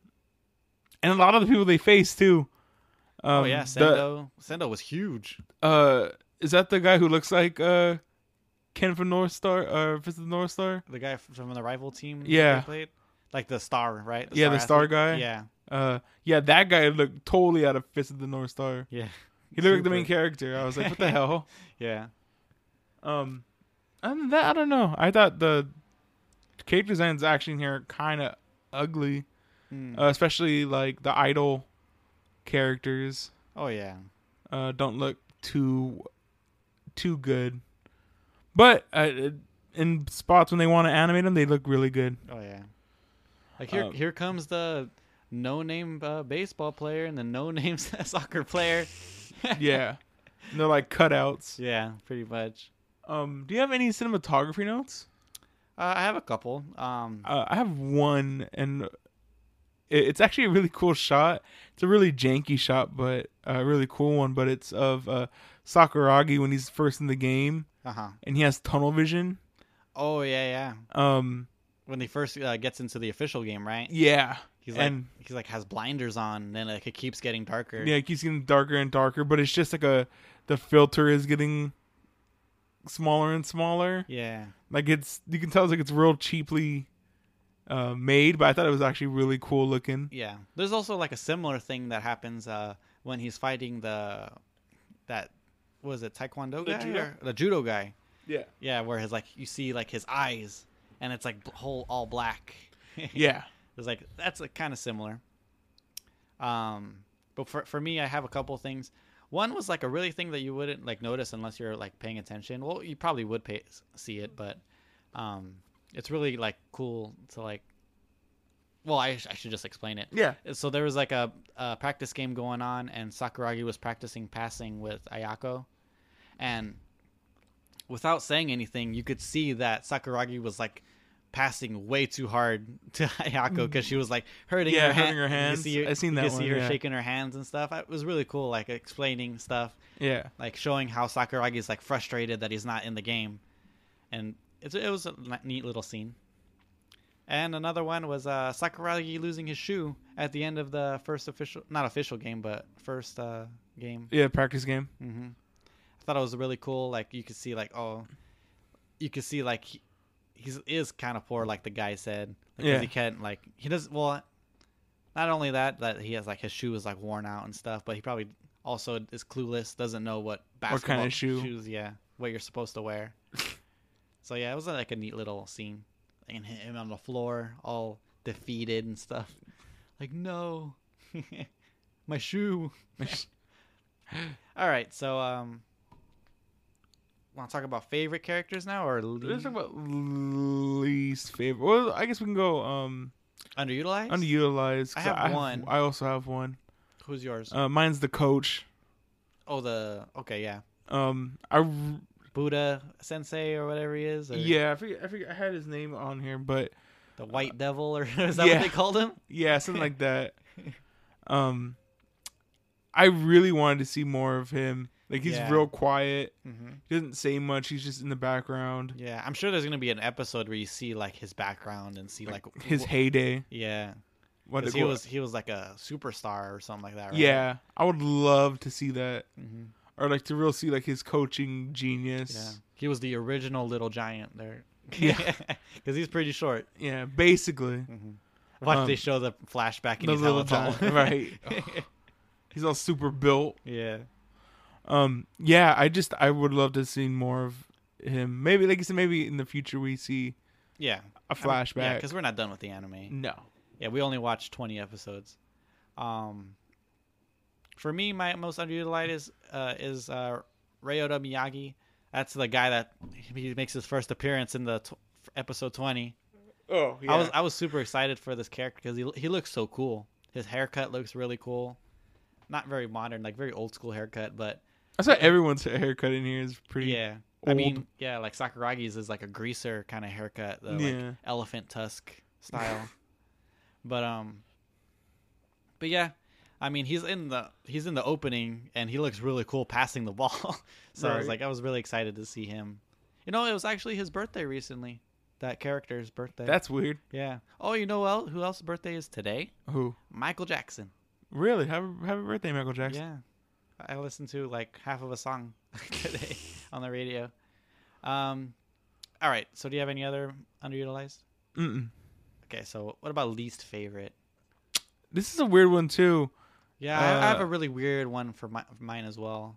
[SPEAKER 1] and a lot of the people they face too. Um,
[SPEAKER 2] oh yeah,
[SPEAKER 1] the-
[SPEAKER 2] Sendo. Sendo was huge.
[SPEAKER 1] uh, is that the guy who looks like uh, Ken from North Star or uh, Fist of the North Star?
[SPEAKER 2] The guy from the rival team.
[SPEAKER 1] Yeah.
[SPEAKER 2] they played like the star, right?
[SPEAKER 1] yeah, the star
[SPEAKER 2] athlete.
[SPEAKER 1] guy.
[SPEAKER 2] Yeah,
[SPEAKER 1] Uh, yeah, that guy looked totally out of Fist of the North Star.
[SPEAKER 2] yeah,
[SPEAKER 1] He looked like the main
[SPEAKER 2] Super.
[SPEAKER 1] character. I was like, what the hell?
[SPEAKER 2] yeah.
[SPEAKER 1] Um, other than that, I don't know. I thought the cake designs actually in here are kind of ugly,
[SPEAKER 2] Mm.
[SPEAKER 1] uh, especially like the idol characters.
[SPEAKER 2] Oh yeah.
[SPEAKER 1] Uh, don't look too too good, but uh, in spots when they want to animate them, they look really good.
[SPEAKER 2] Oh yeah. Like here,
[SPEAKER 1] Um,
[SPEAKER 2] here comes the no-name uh, baseball player and the no-name soccer player.
[SPEAKER 1] Yeah, And they're like cutouts.
[SPEAKER 2] yeah, pretty much.
[SPEAKER 1] Um, do you have any cinematography notes?
[SPEAKER 2] Uh, I have a couple. Um,
[SPEAKER 1] Uh, I have one, and it- it's actually a really cool shot. It's a really janky shot, but uh, a really cool one. But it's of uh, Sakuragi when he's first in the game,
[SPEAKER 2] uh huh.
[SPEAKER 1] and he has tunnel vision.
[SPEAKER 2] Oh yeah, yeah.
[SPEAKER 1] Um,
[SPEAKER 2] When he first uh, gets into the official game, right?
[SPEAKER 1] yeah,
[SPEAKER 2] He's like,
[SPEAKER 1] and
[SPEAKER 2] he's like has blinders on, and then like it keeps getting darker.
[SPEAKER 1] yeah, it keeps getting darker and darker. But it's just like a the filter is getting smaller and smaller.
[SPEAKER 2] Yeah.
[SPEAKER 1] Like it's you can tell it's like it's real cheaply uh, made, but I thought it was actually really cool looking.
[SPEAKER 2] Yeah. There's also like a similar thing that happens uh, when he's fighting the that what was it Taekwondo guy
[SPEAKER 1] judo?
[SPEAKER 2] or the judo guy.
[SPEAKER 1] Yeah,
[SPEAKER 2] Yeah, where his like you see like his eyes, and it's like bl- whole all black.
[SPEAKER 1] yeah.
[SPEAKER 2] It's like that's like kind of similar. Um, But for for me, I have a couple things. One was like a really thing that you wouldn't like notice unless you're like paying attention. Well, you probably would pay, see it, but um, it's really like cool to like. Well, I, sh- I should just explain it.
[SPEAKER 1] Yeah.
[SPEAKER 2] So there was like a, a practice game going on, and Sakuragi was practicing passing with Ayako, and without saying anything, you could see that Sakuragi was like passing way too hard to Ayako because she was like hurting
[SPEAKER 1] Mm. Yeah,
[SPEAKER 2] her,
[SPEAKER 1] hurting her hands.
[SPEAKER 2] hands. You see,
[SPEAKER 1] I seen
[SPEAKER 2] you
[SPEAKER 1] that
[SPEAKER 2] could
[SPEAKER 1] one,
[SPEAKER 2] see her
[SPEAKER 1] yeah.
[SPEAKER 2] shaking her hands and stuff. It was really cool, like explaining stuff,
[SPEAKER 1] Yeah.
[SPEAKER 2] like showing how Sakuragi is like frustrated that he's not in the game, and it's, it was a ni- neat little scene. And another one was uh, Sakuragi losing his shoe at the end of the first official, not official game, but first uh, game.
[SPEAKER 1] Yeah, practice game.
[SPEAKER 2] Mm-hmm. I thought it was really cool. Like you could see, like oh, you could see like he he's, is kind of poor, like the guy said, because
[SPEAKER 1] Yeah.
[SPEAKER 2] he can't like he doesn't. Well, not only that, that he has like his shoe is like worn out and stuff, but he probably also is clueless, doesn't know what
[SPEAKER 1] kinda
[SPEAKER 2] basketball
[SPEAKER 1] shoe.
[SPEAKER 2] shoes, yeah, what you're supposed to wear. so yeah, it was like a neat little scene, and him on the floor, all defeated and stuff. Like no, my shoe. All right, so um, want to talk about favorite characters now or
[SPEAKER 1] Let's
[SPEAKER 2] least
[SPEAKER 1] talk about least favorite. Well, I guess we can go um
[SPEAKER 2] underutilized?
[SPEAKER 1] underutilized. 'cause
[SPEAKER 2] I have one.
[SPEAKER 1] I also have one.
[SPEAKER 2] Who's yours?
[SPEAKER 1] Uh, mine's the coach.
[SPEAKER 2] oh, the okay, yeah,
[SPEAKER 1] Um, I r-
[SPEAKER 2] Buddha Sensei or whatever he is. Or
[SPEAKER 1] yeah, I forget, I forget I had his name on here, but
[SPEAKER 2] the White Devil or is that
[SPEAKER 1] yeah.
[SPEAKER 2] what they called him?
[SPEAKER 1] yeah, something like that. Um, I really wanted to see more of him. Like he's
[SPEAKER 2] Yeah.
[SPEAKER 1] real quiet.
[SPEAKER 2] Mhm.
[SPEAKER 1] He doesn't say much. He's just in the background.
[SPEAKER 2] Yeah, I'm sure there's gonna be an episode where you see like his background and see like,
[SPEAKER 1] His
[SPEAKER 2] wh-
[SPEAKER 1] heyday.
[SPEAKER 2] yeah,
[SPEAKER 1] What
[SPEAKER 2] 'cause he was he was like a superstar or something like that. Right?
[SPEAKER 1] Yeah, I would love to see that,
[SPEAKER 2] hmm
[SPEAKER 1] or like to real see like his coaching
[SPEAKER 2] yeah,
[SPEAKER 1] genius.
[SPEAKER 2] he was the original little giant there.
[SPEAKER 1] Yeah.
[SPEAKER 2] because he's pretty short.
[SPEAKER 1] Yeah, basically
[SPEAKER 2] Mm-hmm. Watch
[SPEAKER 1] Um,
[SPEAKER 2] they show the flashback and
[SPEAKER 1] the
[SPEAKER 2] he's
[SPEAKER 1] little
[SPEAKER 2] hella tall.
[SPEAKER 1] giant, right? He's all super built.
[SPEAKER 2] yeah.
[SPEAKER 1] Um, yeah, I just I would love to see more of him. Maybe like you said, maybe in the future we see
[SPEAKER 2] Yeah.
[SPEAKER 1] a flashback.
[SPEAKER 2] because we're not done with the anime.
[SPEAKER 1] no,
[SPEAKER 2] Yeah, we only watched 20 episodes. Um, for me, my most underutilized is uh, is uh, Ryota Miyagi. That's the guy that he makes his first appearance in the t- episode 20.
[SPEAKER 1] oh yeah,
[SPEAKER 2] I was I was super excited for this character because he he looks so cool. His haircut looks really cool. Not very modern, like very old school haircut, but
[SPEAKER 1] that's why everyone's haircut in here is pretty.
[SPEAKER 2] yeah. I
[SPEAKER 1] old.
[SPEAKER 2] mean, yeah, like Sakuragi's is like a greaser kind of haircut, the
[SPEAKER 1] Yeah.
[SPEAKER 2] like elephant tusk style. but um but yeah, I mean, he's in the he's in the opening and he looks really cool passing the ball. so I was
[SPEAKER 1] Right.
[SPEAKER 2] like I was really excited to see him. You know, it was actually his birthday recently. That character's birthday.
[SPEAKER 1] that's weird.
[SPEAKER 2] yeah. Oh, you know well, who else's birthday is today?
[SPEAKER 1] Who
[SPEAKER 2] Michael Jackson.
[SPEAKER 1] really? Have a, have a birthday, Michael Jackson.
[SPEAKER 2] Yeah. I listened to like half of a song today on the radio. Um, all right. So do you have any other underutilized?
[SPEAKER 1] Mm-mm.
[SPEAKER 2] Okay. So what about least favorite?
[SPEAKER 1] This is a weird one too.
[SPEAKER 2] Yeah, I, I have
[SPEAKER 1] Uh,
[SPEAKER 2] a really weird one for my, mine as well.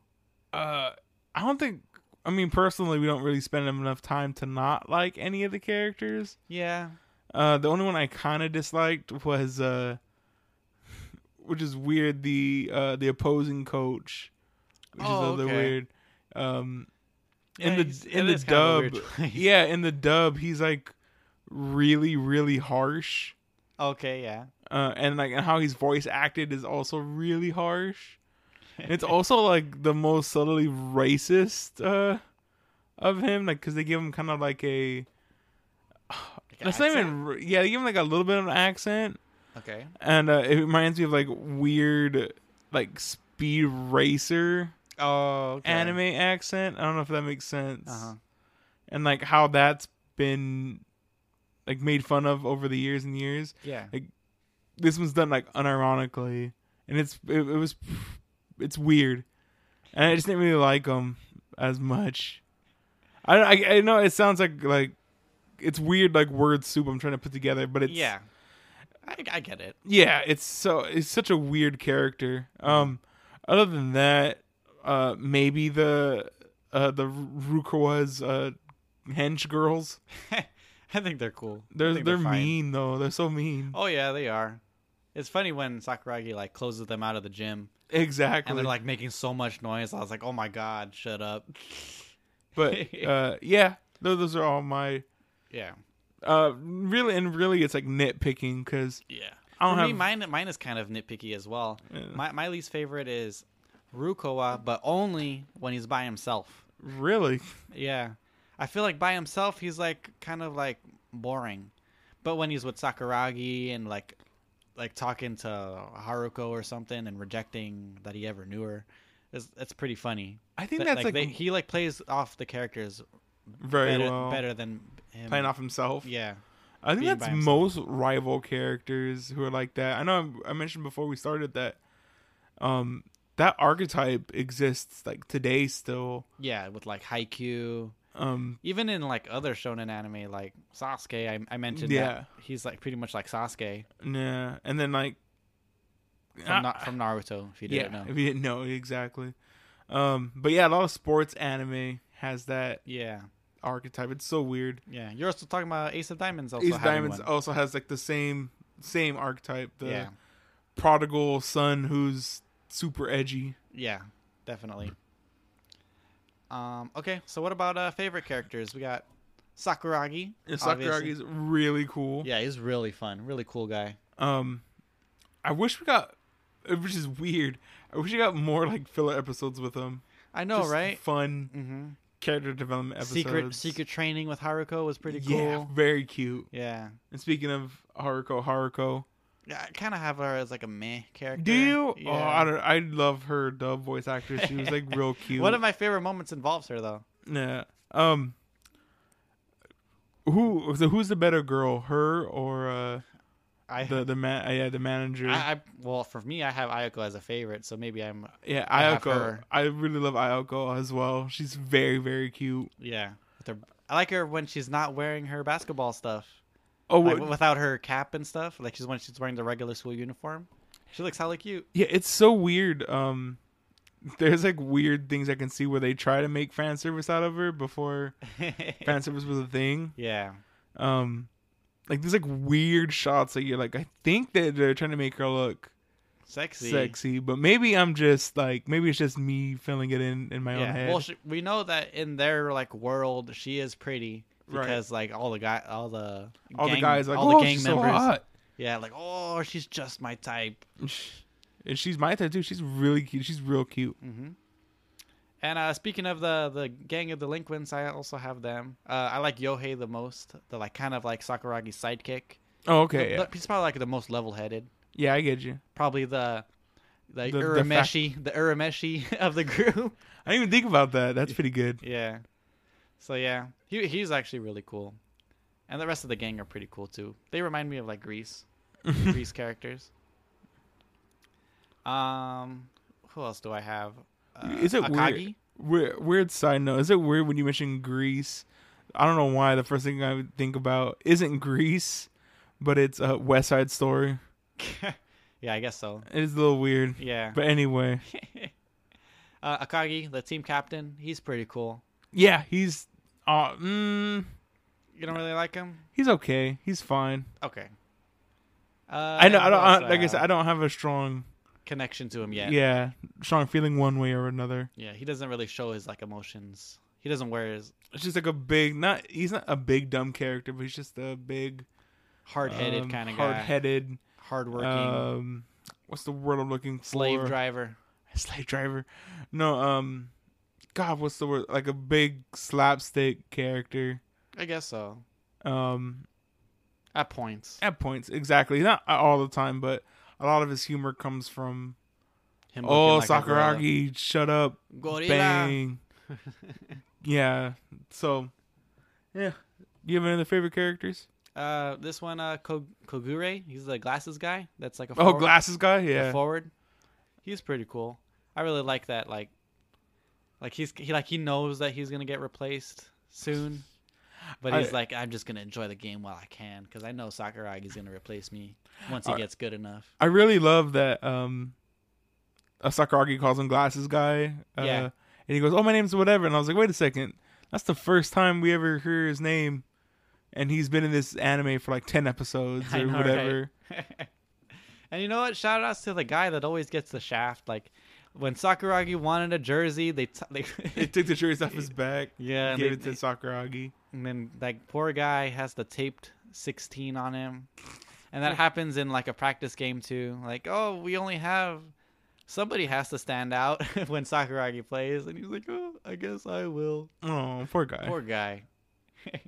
[SPEAKER 1] Uh, I don't think. I mean, personally, we don't really spend enough time to not like any of the characters.
[SPEAKER 2] Yeah.
[SPEAKER 1] Uh, the only one I kind of disliked was, uh, which is weird. The uh, the opposing coach, which
[SPEAKER 2] Oh,
[SPEAKER 1] is other
[SPEAKER 2] okay.
[SPEAKER 1] weird. Um,
[SPEAKER 2] Yeah,
[SPEAKER 1] in
[SPEAKER 2] he's-
[SPEAKER 1] the
[SPEAKER 2] it
[SPEAKER 1] in the
[SPEAKER 2] is kind of a weird
[SPEAKER 1] dub,
[SPEAKER 2] choice.
[SPEAKER 1] yeah, in the dub, he's like really really harsh,
[SPEAKER 2] Okay. Yeah.
[SPEAKER 1] uh, and like and how he's voice acted is also really harsh. And it's also like the most subtly racist uh, of him, like because they give him kind of like a.
[SPEAKER 2] Like an
[SPEAKER 1] It's not
[SPEAKER 2] accent?
[SPEAKER 1] even. r- Yeah, they give him like a little bit of an accent.
[SPEAKER 2] Okay.
[SPEAKER 1] and uh, it reminds me of like weird like speed racer
[SPEAKER 2] Oh. Okay.
[SPEAKER 1] anime accent i don't know if that makes sense
[SPEAKER 2] Uh huh.
[SPEAKER 1] and like how that's been like made fun of over the years and years
[SPEAKER 2] Yeah.
[SPEAKER 1] this one's done like unironically and it's it, it was it's weird and i just didn't really like them as much i i, I know it sounds like like it's weird like word soup i'm trying to put together but it's
[SPEAKER 2] Yeah. I, I get it.
[SPEAKER 1] yeah it's so it's such a weird character um other than that uh maybe the uh the rukawa's uh hench girls
[SPEAKER 2] I think they're cool. I
[SPEAKER 1] they're
[SPEAKER 2] think
[SPEAKER 1] they're
[SPEAKER 2] fine.
[SPEAKER 1] mean though they're so mean
[SPEAKER 2] Oh yeah, they are. It's funny when Sakuragi like closes them out of the gym
[SPEAKER 1] Exactly.
[SPEAKER 2] and they're like making so much noise. I was like, oh my god, shut up.
[SPEAKER 1] but uh, yeah, tho- those are all my.
[SPEAKER 2] Yeah,
[SPEAKER 1] Uh, really and really, it's like nitpicking because
[SPEAKER 2] yeah.
[SPEAKER 1] I don't
[SPEAKER 2] For me,
[SPEAKER 1] have-
[SPEAKER 2] mine mine is kind of nitpicky as well.
[SPEAKER 1] Yeah.
[SPEAKER 2] My my least favorite is Rukawa, but only when he's by himself.
[SPEAKER 1] really,
[SPEAKER 2] Yeah. I feel like by himself he's like kind of like boring. But when he's with Sakuragi and like like talking to Haruko or something and rejecting that he ever knew her, it's, it's pretty funny.
[SPEAKER 1] I think
[SPEAKER 2] That-
[SPEAKER 1] that's like,
[SPEAKER 2] they, he like plays off the characters
[SPEAKER 1] very
[SPEAKER 2] better,
[SPEAKER 1] well
[SPEAKER 2] better than him.
[SPEAKER 1] playing off himself.
[SPEAKER 2] Yeah.
[SPEAKER 1] I think
[SPEAKER 2] being by
[SPEAKER 1] that's
[SPEAKER 2] himself.
[SPEAKER 1] most rival characters who are like that. I know I I mentioned before we started that um that archetype exists like today still.
[SPEAKER 2] Yeah, with like Haikyuu.
[SPEAKER 1] Um
[SPEAKER 2] Even in like other shonen anime like Sasuke, I, I mentioned
[SPEAKER 1] Yeah.
[SPEAKER 2] that he's like pretty much like Sasuke
[SPEAKER 1] yeah, and then like
[SPEAKER 2] from, Na-
[SPEAKER 1] Ah,
[SPEAKER 2] from Naruto if you
[SPEAKER 1] yeah,
[SPEAKER 2] didn't know.
[SPEAKER 1] if you didn't know exactly. Um but yeah, a lot of sports anime has that
[SPEAKER 2] Yeah.
[SPEAKER 1] archetype. It's so weird.
[SPEAKER 2] Yeah. You're also talking about Ace of Diamonds also.
[SPEAKER 1] Ace
[SPEAKER 2] having
[SPEAKER 1] Diamonds
[SPEAKER 2] one.
[SPEAKER 1] also has like the same same archetype, the
[SPEAKER 2] yeah.
[SPEAKER 1] prodigal son who's super edgy.
[SPEAKER 2] Yeah, definitely. Um, okay, so what about uh favorite characters? We got Sakuragi.
[SPEAKER 1] And
[SPEAKER 2] obviously.
[SPEAKER 1] Sakuragi's really cool.
[SPEAKER 2] Yeah, he's really fun, really cool guy.
[SPEAKER 1] Um, I wish we got, which is weird. I wish we got more like filler episodes with him.
[SPEAKER 2] I know,
[SPEAKER 1] Just
[SPEAKER 2] right?
[SPEAKER 1] Fun
[SPEAKER 2] Mm-hmm.
[SPEAKER 1] character development episodes.
[SPEAKER 2] Secret secret training with Haruko was pretty cool.
[SPEAKER 1] Yeah, very cute.
[SPEAKER 2] Yeah.
[SPEAKER 1] And speaking of Haruko, Haruko,
[SPEAKER 2] Yeah, I kind of have her as like a meh character.
[SPEAKER 1] do you?
[SPEAKER 2] Yeah.
[SPEAKER 1] Oh, I don't. I love her dub voice actress. She was like real cute.
[SPEAKER 2] One of my favorite moments involves her though.
[SPEAKER 1] Yeah. Um. Who? So who's the better girl, her or uh,
[SPEAKER 2] I,
[SPEAKER 1] the the man? yeah, the manager.
[SPEAKER 2] I, I well, for me, I have Ayako as a favorite, so maybe I'm
[SPEAKER 1] yeah,
[SPEAKER 2] I have
[SPEAKER 1] Ayako.
[SPEAKER 2] her.
[SPEAKER 1] I really love Ayako as well. She's very very cute.
[SPEAKER 2] yeah. With her, I like her when she's not wearing her basketball stuff.
[SPEAKER 1] Oh,
[SPEAKER 2] like,
[SPEAKER 1] what-
[SPEAKER 2] w- without her cap and stuff. Like she's when she's wearing the regular school uniform. She looks hella cute.
[SPEAKER 1] Yeah, it's so weird. Um, there's like weird things I can see where they try to make fan service out of her before fan service was a thing.
[SPEAKER 2] yeah,
[SPEAKER 1] Um, like there's like weird shots that you're like, I think that they're trying to make her look
[SPEAKER 2] sexy.
[SPEAKER 1] sexy, but maybe I'm just like, maybe it's just me filling it in in my own
[SPEAKER 2] Yeah.
[SPEAKER 1] head.
[SPEAKER 2] Well, she, we know that in their like world, she is pretty
[SPEAKER 1] Right.
[SPEAKER 2] because like all the guy, all the
[SPEAKER 1] all the
[SPEAKER 2] gang-
[SPEAKER 1] guys are like,
[SPEAKER 2] all
[SPEAKER 1] oh,
[SPEAKER 2] the gang
[SPEAKER 1] she's
[SPEAKER 2] members.
[SPEAKER 1] so hot.
[SPEAKER 2] Yeah, like oh, she's just my type.
[SPEAKER 1] And she's my type too. She's really cute. She's real cute.
[SPEAKER 2] hmm And uh, speaking of the the gang of delinquents, I also have them. Uh, I like Yohei the most. The like kind of like Sakuragi's sidekick.
[SPEAKER 1] Oh, okay. Yeah,
[SPEAKER 2] But he's probably like the most level headed.
[SPEAKER 1] yeah I get you.
[SPEAKER 2] probably the the,
[SPEAKER 1] The- the
[SPEAKER 2] Urameshi, the, Urameshi of the group.
[SPEAKER 1] I didn't even think about that. That's pretty good.
[SPEAKER 2] yeah. So yeah, he he's actually really cool, and the rest of the gang are pretty cool too. They remind me of like Grease, Grease characters. Um, who else do I have? Uh,
[SPEAKER 1] Is it weird-
[SPEAKER 2] Akagi?
[SPEAKER 1] Weird, weird side note. Is it weird when you mention Greece? I don't know why. The first thing I would think about isn't Greece, but it's uh, West Side Story.
[SPEAKER 2] yeah, I guess so.
[SPEAKER 1] It is a little weird.
[SPEAKER 2] Yeah.
[SPEAKER 1] But anyway,
[SPEAKER 2] uh, Akagi, the team captain, he's pretty cool.
[SPEAKER 1] yeah, he's uh, mm,
[SPEAKER 2] You don't really like him?
[SPEAKER 1] he's okay. He's fine.
[SPEAKER 2] Okay. Uh,
[SPEAKER 1] I know. I
[SPEAKER 2] who
[SPEAKER 1] don't.
[SPEAKER 2] else
[SPEAKER 1] I,
[SPEAKER 2] do
[SPEAKER 1] like I said, I
[SPEAKER 2] have?
[SPEAKER 1] don't have a strong,
[SPEAKER 2] connection to him yet.
[SPEAKER 1] yeah. strong feeling one way or another.
[SPEAKER 2] Yeah, he doesn't really show his like emotions. He doesn't wear his
[SPEAKER 1] It's just like a big. Not he's not a big dumb character, but he's just a big
[SPEAKER 2] hard-headed
[SPEAKER 1] um,
[SPEAKER 2] kind of guy,
[SPEAKER 1] hard-headed.
[SPEAKER 2] hard-working
[SPEAKER 1] Um, what's the word I'm looking for?
[SPEAKER 2] slave driver.
[SPEAKER 1] slave driver. No, um, God, what's the word? Like a big slapstick character.
[SPEAKER 2] I guess so.
[SPEAKER 1] Um,
[SPEAKER 2] At points,
[SPEAKER 1] at points, exactly. Not all the time, but a lot of his humor comes from
[SPEAKER 2] him. looking
[SPEAKER 1] oh
[SPEAKER 2] like a
[SPEAKER 1] Sakuragi, shut up,
[SPEAKER 2] gorilla. gorilla.
[SPEAKER 1] bang. yeah. So, yeah. You have any other favorite characters?
[SPEAKER 2] Uh, this one, uh, Ko- Kogure. He's the glasses guy. That's like a
[SPEAKER 1] Oh,
[SPEAKER 2] forward,
[SPEAKER 1] glasses guy.
[SPEAKER 2] a
[SPEAKER 1] Yeah.
[SPEAKER 2] forward. He's pretty cool. I really like that. Like, like he's he like he knows that he's gonna get replaced soon, but
[SPEAKER 1] I-
[SPEAKER 2] he's like, I'm just gonna enjoy the game while I can because I know Sakuragi's gonna replace me once he
[SPEAKER 1] I-
[SPEAKER 2] gets good enough.
[SPEAKER 1] I really love that. Um, a Sakuragi calls him glasses guy. Uh,
[SPEAKER 2] Yeah.
[SPEAKER 1] And he goes, "Oh, my name's whatever." And I was like, "Wait a second, that's the first time we ever hear his name." And he's been in this anime for like ten episodes
[SPEAKER 2] I
[SPEAKER 1] or
[SPEAKER 2] know, right?
[SPEAKER 1] whatever.
[SPEAKER 2] And you know what? Shout outs to the guy that always gets the shaft. Like when Sakuragi wanted a jersey, they t- they
[SPEAKER 1] It took the jersey off his back.
[SPEAKER 2] Yeah, and
[SPEAKER 1] gave
[SPEAKER 2] they-
[SPEAKER 1] it to
[SPEAKER 2] they-
[SPEAKER 1] Sakuragi.
[SPEAKER 2] and then like poor guy has the taped 16 on him. And that happens in like a practice game too. Like, oh, we only have somebody has to stand out when Sakuragi plays and he's like, "Oh, I guess I will."
[SPEAKER 1] Oh, poor guy.
[SPEAKER 2] Poor guy.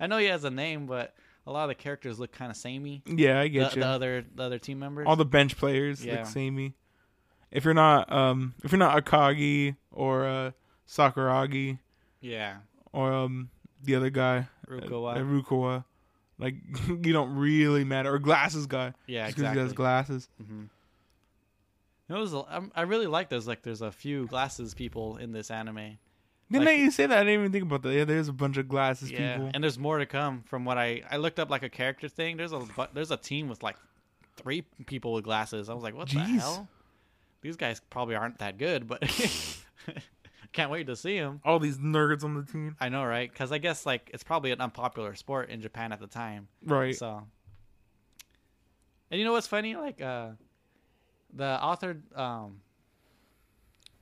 [SPEAKER 2] I know he has a name, but a lot of the characters look kind of samey.
[SPEAKER 1] yeah, I
[SPEAKER 2] The,
[SPEAKER 1] get
[SPEAKER 2] the
[SPEAKER 1] you.
[SPEAKER 2] other the other team members.
[SPEAKER 1] All the bench players
[SPEAKER 2] Yeah.
[SPEAKER 1] like samey. If you're not, um, if you're not Akagi or uh, Sakuragi
[SPEAKER 2] yeah.
[SPEAKER 1] or um, the other guy,
[SPEAKER 2] Rukawa.
[SPEAKER 1] uh, Rukawa, like you don't really matter. Or glasses guy,
[SPEAKER 2] yeah,
[SPEAKER 1] just 'cause he
[SPEAKER 2] exactly.
[SPEAKER 1] has glasses.
[SPEAKER 2] It was. a- I'm- I really like. There's like there's a few glasses people in this anime.
[SPEAKER 1] Didn't
[SPEAKER 2] Like-
[SPEAKER 1] I you say that? I didn't even think about that. Yeah, there's a bunch of glasses
[SPEAKER 2] Yeah,
[SPEAKER 1] people.
[SPEAKER 2] and there's more to come from what I I looked up like a character thing. There's a bu- there's a team with like three people with glasses. I was like, what the
[SPEAKER 1] Jeez.
[SPEAKER 2] hell? These guys probably aren't that good, but can't wait to see them.
[SPEAKER 1] All these nerds on the team,
[SPEAKER 2] I know, right? Because I guess like it's probably an unpopular sport in Japan at the time.
[SPEAKER 1] right?
[SPEAKER 2] So, and you know what's funny? Like, uh, the author, um,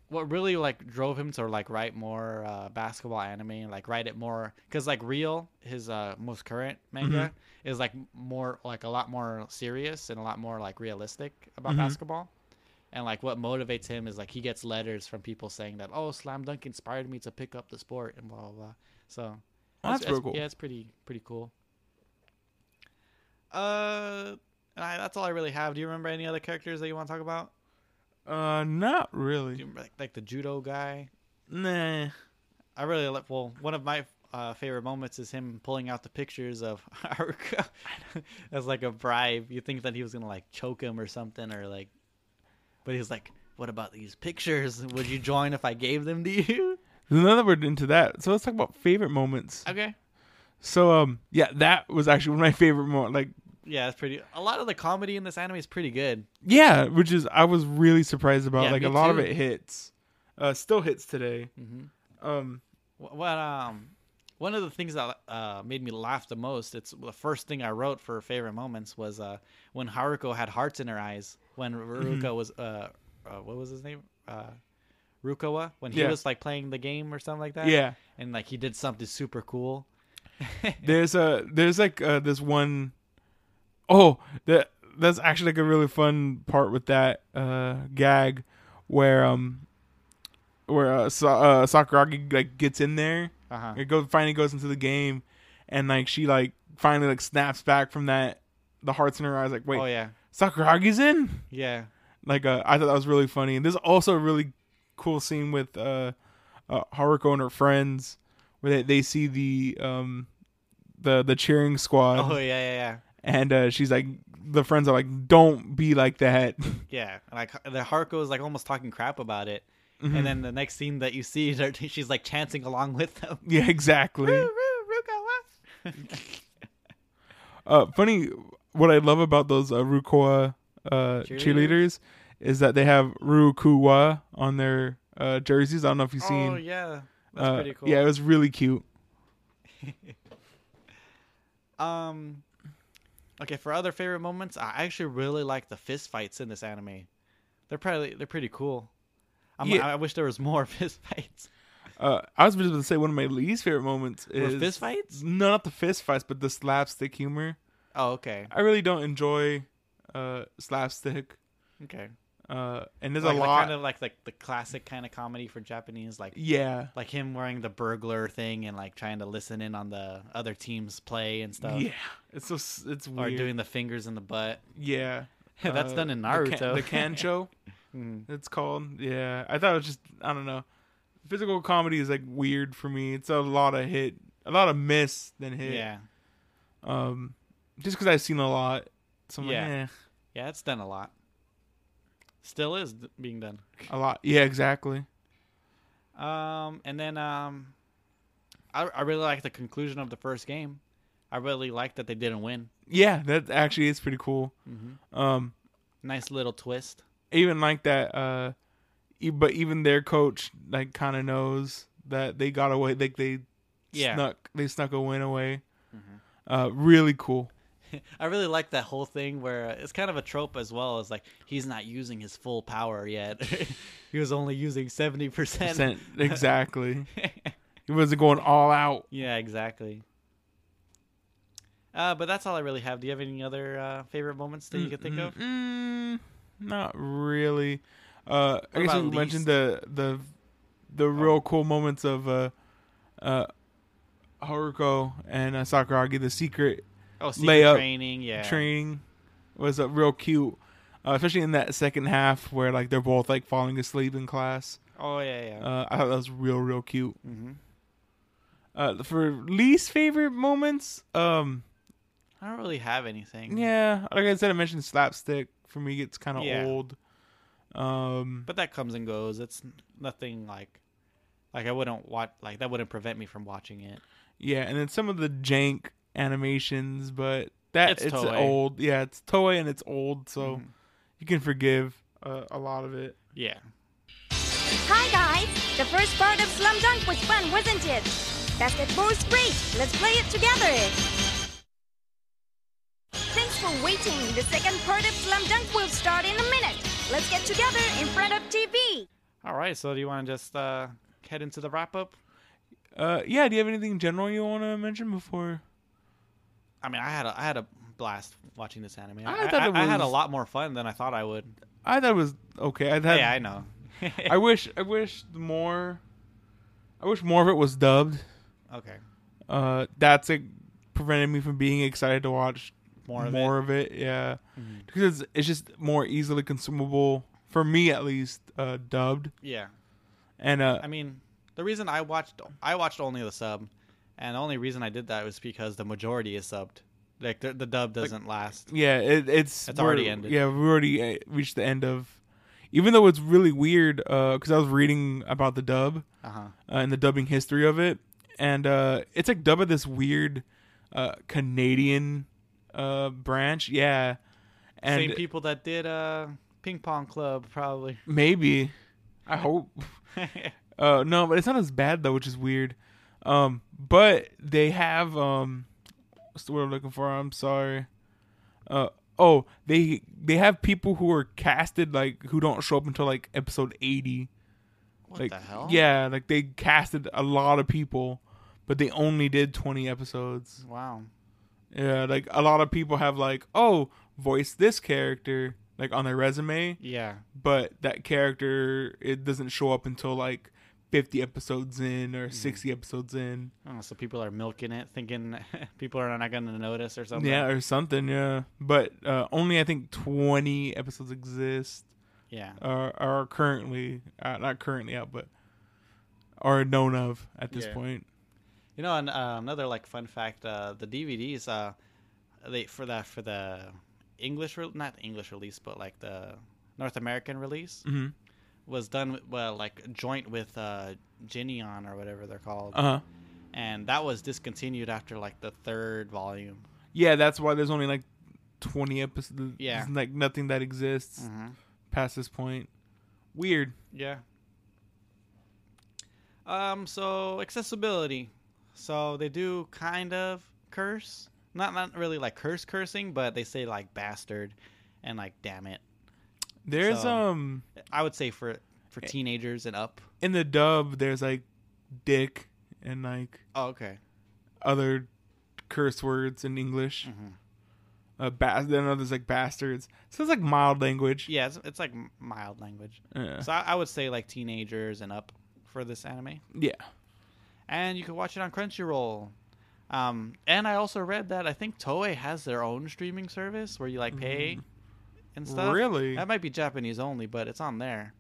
[SPEAKER 2] what really like drove him to like write more uh, basketball anime, like write it more, because like Real, his uh, most current manga, is like more like a lot more serious and a lot more like realistic about
[SPEAKER 1] Mhm.
[SPEAKER 2] basketball. And like what motivates him is like he gets letters from people saying that oh slam dunk inspired me to pick up the sport and blah blah blah. So
[SPEAKER 1] That's
[SPEAKER 2] it's-
[SPEAKER 1] real
[SPEAKER 2] it's-
[SPEAKER 1] cool.
[SPEAKER 2] Yeah, it's pretty pretty cool. Uh, I, that's all I really have. Do you remember any other characters that you want to talk about?
[SPEAKER 1] Uh, not
[SPEAKER 2] Do you
[SPEAKER 1] really.
[SPEAKER 2] remember, like, like the judo guy?
[SPEAKER 1] Nah.
[SPEAKER 2] I really like. Well, one of my uh, favorite moments is him pulling out the pictures of Haruka as like a bribe. You think that he was gonna like choke him or something, or like, but he's like, "What about these pictures? Would you join if I gave them to you?"
[SPEAKER 1] Now that we're into that, so let's talk about favorite moments.
[SPEAKER 2] Okay.
[SPEAKER 1] So, um, yeah, that was actually one of my favorite moments. Like,
[SPEAKER 2] Yeah, it's pretty. A lot of the comedy in this anime is pretty good.
[SPEAKER 1] yeah, which is I was really surprised about.
[SPEAKER 2] Yeah,
[SPEAKER 1] like,
[SPEAKER 2] me
[SPEAKER 1] a lot of
[SPEAKER 2] too.
[SPEAKER 1] it hits, uh, still hits today.
[SPEAKER 2] Mhm.
[SPEAKER 1] Um,
[SPEAKER 2] Wh- What um, one of the things that uh, made me laugh the most. It's the first thing I wrote for favorite moments was uh, when Haruko had hearts in her eyes. When Ruka
[SPEAKER 1] Mm-hmm.
[SPEAKER 2] was uh, uh, what was his name? Uh, Rukawa. When he
[SPEAKER 1] Yeah.
[SPEAKER 2] was like playing the game or something like that.
[SPEAKER 1] yeah,
[SPEAKER 2] And like he did something super cool.
[SPEAKER 1] there's a there's like uh, this one oh that that's actually like a really fun part with that uh gag where um where uh, Sa- uh Sakuragi like gets in there
[SPEAKER 2] Uh huh.
[SPEAKER 1] it goes finally goes into the game and like she like finally like snaps back from that the hearts in her eyes like wait
[SPEAKER 2] Oh yeah.
[SPEAKER 1] Sakuragi's in
[SPEAKER 2] Yeah.
[SPEAKER 1] like uh, I thought that was really funny. And there's also a really cool scene with uh, uh, Haruko and her friends where they, they see the um, the the cheering squad,
[SPEAKER 2] Oh yeah yeah yeah.
[SPEAKER 1] and uh, she's like, the friends are like, "Don't be like that."
[SPEAKER 2] Yeah, and like the Haruko is like almost talking crap about it,
[SPEAKER 1] Mm-hmm.
[SPEAKER 2] and then the next scene that you see, they're- she's like chanting along with them.
[SPEAKER 1] yeah, exactly.
[SPEAKER 2] Ru- Ru- Rukawa.
[SPEAKER 1] Uh, funny. What I love about those uh, Rukoa uh,
[SPEAKER 2] Cheerleaders?
[SPEAKER 1] cheerleaders is that they have Rukuwa on their uh, jerseys. I don't know if you've seen.
[SPEAKER 2] Oh yeah, that's
[SPEAKER 1] uh,
[SPEAKER 2] pretty cool.
[SPEAKER 1] Yeah, it was really cute.
[SPEAKER 2] Um, okay, for other favorite moments, I actually really like the fist fights in this anime. They're probably they're pretty cool. I'm,
[SPEAKER 1] Yeah.
[SPEAKER 2] I, I wish there was more fist fights.
[SPEAKER 1] Uh, I was just going to say one of my least favorite moments
[SPEAKER 2] Or
[SPEAKER 1] is
[SPEAKER 2] fist fights?
[SPEAKER 1] No, not the fist fights, but the slapstick humor.
[SPEAKER 2] Oh, okay,
[SPEAKER 1] I really don't enjoy uh, slapstick,
[SPEAKER 2] okay.
[SPEAKER 1] uh, and there's
[SPEAKER 2] like,
[SPEAKER 1] a lot.
[SPEAKER 2] kind of like like the classic kind of comedy for Japanese, like
[SPEAKER 1] yeah,
[SPEAKER 2] like him wearing the burglar thing and like trying to listen in on the other team's play and stuff,
[SPEAKER 1] yeah, it's so s- it's
[SPEAKER 2] or
[SPEAKER 1] weird.
[SPEAKER 2] doing the fingers in the butt.
[SPEAKER 1] yeah,
[SPEAKER 2] That's
[SPEAKER 1] Uh,
[SPEAKER 2] done in
[SPEAKER 1] The,
[SPEAKER 2] Naruto.
[SPEAKER 1] can- the kancho,
[SPEAKER 2] Mhm.
[SPEAKER 1] it's called. Yeah, I thought it was just I don't know. Physical comedy is like weird for me. It's a lot of hit, a lot of miss than hit.
[SPEAKER 2] yeah,
[SPEAKER 1] Um, just because I've seen a lot, so I'm
[SPEAKER 2] Yeah.
[SPEAKER 1] like, eh,
[SPEAKER 2] yeah, it's done a lot. Still is d- being done.
[SPEAKER 1] a lot. Yeah, exactly.
[SPEAKER 2] Um, and then um, I I really like the conclusion of the first game. I really like that they didn't win.
[SPEAKER 1] Yeah, that actually is pretty cool. Um,
[SPEAKER 2] Nice little twist.
[SPEAKER 1] even like that, uh, e- but even their coach like kind of knows that they got away. Like they
[SPEAKER 2] Yeah. Mm-hmm.
[SPEAKER 1] snuck, they snuck a win away. Uh, really cool.
[SPEAKER 2] I really like that whole thing where uh, it's kind of a trope as well. It's like he's not using his full power yet. he was only using seventy percent.
[SPEAKER 1] exactly. He wasn't going all out.
[SPEAKER 2] Yeah, exactly. Uh, but that's all I really have. Do you have any other uh, favorite moments that you can think of?
[SPEAKER 1] Mm, not really. Uh, I
[SPEAKER 2] What
[SPEAKER 1] guess
[SPEAKER 2] about Oh.
[SPEAKER 1] we mentioned
[SPEAKER 2] least?
[SPEAKER 1] the the the real cool moments of uh, uh, Haruko and uh, Sakuragi. The secret
[SPEAKER 2] Oh, secret
[SPEAKER 1] Layup.
[SPEAKER 2] training. Yeah.
[SPEAKER 1] training was uh, real cute, uh, especially in that second half where like they're both like falling asleep in class.
[SPEAKER 2] Oh yeah, yeah.
[SPEAKER 1] Uh, I thought that was real real cute.
[SPEAKER 2] hmm
[SPEAKER 1] Uh, for least favorite moments, um,
[SPEAKER 2] I don't really have anything.
[SPEAKER 1] yeah, like I said, I mentioned slapstick. For me, it's kind of
[SPEAKER 2] Yeah.
[SPEAKER 1] old. Um,
[SPEAKER 2] But that comes and goes. It's nothing like, like I wouldn't watch. Like that wouldn't prevent me from watching it.
[SPEAKER 1] Yeah, and then some of the jank animations, but that
[SPEAKER 2] It's
[SPEAKER 1] it's,
[SPEAKER 2] Toei.
[SPEAKER 1] old. Yeah, it's toy and it's old, so
[SPEAKER 2] Mhm.
[SPEAKER 1] you can forgive uh, a lot of it.
[SPEAKER 2] Yeah.
[SPEAKER 3] Hi guys! The first part of Slam Dunk was fun, wasn't it? Basketball is great! Let's play it together! Thanks for waiting! The second part of Slam Dunk will start in a minute! Let's get together in front of TV!
[SPEAKER 2] All right. So do you want to just uh, head into the wrap up?
[SPEAKER 1] Uh, yeah, do you have anything general you want to mention before?
[SPEAKER 2] I mean, I had a, I had a blast watching this anime.
[SPEAKER 1] I
[SPEAKER 2] I,
[SPEAKER 1] thought
[SPEAKER 2] I-
[SPEAKER 1] it
[SPEAKER 2] I had a
[SPEAKER 1] was-
[SPEAKER 2] lot more fun than I thought I would.
[SPEAKER 1] I thought it was okay. I had,
[SPEAKER 2] yeah, I know.
[SPEAKER 1] I wish I wish more. I wish more of it was dubbed.
[SPEAKER 2] okay.
[SPEAKER 1] Uh, that's it prevented me from being excited to watch
[SPEAKER 2] More of Mm-hmm.
[SPEAKER 1] more of it. Yeah, because it's it's just more easily consumable for me at least. Uh, dubbed
[SPEAKER 2] it. Yeah.
[SPEAKER 1] and uh,
[SPEAKER 2] I mean, the reason I watched I watched only the sub, and the only reason I did that was because the majority is subbed. Like the, the dub doesn't last.
[SPEAKER 1] Yeah, it, it's
[SPEAKER 2] It's
[SPEAKER 1] we're-
[SPEAKER 2] already ended.
[SPEAKER 1] Yeah, we already uh, reached the end of. Even though it's really weird, because I was reading about the dub
[SPEAKER 2] Uh huh.
[SPEAKER 1] uh, and the dubbing history of it, and uh, it's like dubbed at this weird uh, Canadian uh, branch. Yeah, and
[SPEAKER 2] Same people that did uh ping pong club probably.
[SPEAKER 1] maybe I hope. Uh, no, but it's not as bad though, which is weird. Um, but they have um, what's the word I'm looking for? I'm sorry. Uh, oh, they they have people who are casted like who don't show up until like episode eighty.
[SPEAKER 2] what
[SPEAKER 1] Like
[SPEAKER 2] the hell?
[SPEAKER 1] yeah, like they casted a lot of people, but they only did twenty episodes.
[SPEAKER 2] Wow.
[SPEAKER 1] Yeah, like a lot of people have like oh voice this character like on their resume,
[SPEAKER 2] Yeah.
[SPEAKER 1] but that character it doesn't show up until like 50 episodes in
[SPEAKER 2] Mm.
[SPEAKER 1] or 60 episodes in
[SPEAKER 2] Oh, so people are milking it, thinking people are not going to notice or something.
[SPEAKER 1] yeah or something yeah but uh, only i think 20 episodes exist
[SPEAKER 2] Yeah.
[SPEAKER 1] or are currently uh, not currently out but are known of at this
[SPEAKER 2] Yeah.
[SPEAKER 1] point
[SPEAKER 2] You know, and uh, another like fun fact: uh, the DVDs, uh, they for the for the English, re- not English release, but like the North American release,
[SPEAKER 1] Mhm.
[SPEAKER 2] was done with, well, like joint with uh, Genion or whatever they're called,
[SPEAKER 1] uh-huh
[SPEAKER 2] and that was discontinued after like the third volume.
[SPEAKER 1] yeah that's why there's only like 20 episodes
[SPEAKER 2] Yeah. Mm.
[SPEAKER 1] like nothing that exists past this point weird
[SPEAKER 2] Yeah. Um. So accessibility. So they do kind of curse. Not not really like curse cursing, but they say like bastard, and like damn it.
[SPEAKER 1] there's
[SPEAKER 2] So-
[SPEAKER 1] um
[SPEAKER 2] I would say for for teenagers and up.
[SPEAKER 1] in the dub there's like dick and like
[SPEAKER 2] Oh, okay.
[SPEAKER 1] other curse words in English. Uh, bas- then others like bastards. So it's like mild language.
[SPEAKER 2] Yeah, it's, it's like m- mild language.
[SPEAKER 1] Yeah.
[SPEAKER 2] So I, I would say like teenagers and up for this anime.
[SPEAKER 1] yeah.
[SPEAKER 2] And you can watch it on Crunchyroll. Um, and I also read that I think Toei has their own streaming service where you like pay and stuff.
[SPEAKER 1] Mm-hmm. Really?
[SPEAKER 2] That might be Japanese only, but it's on there.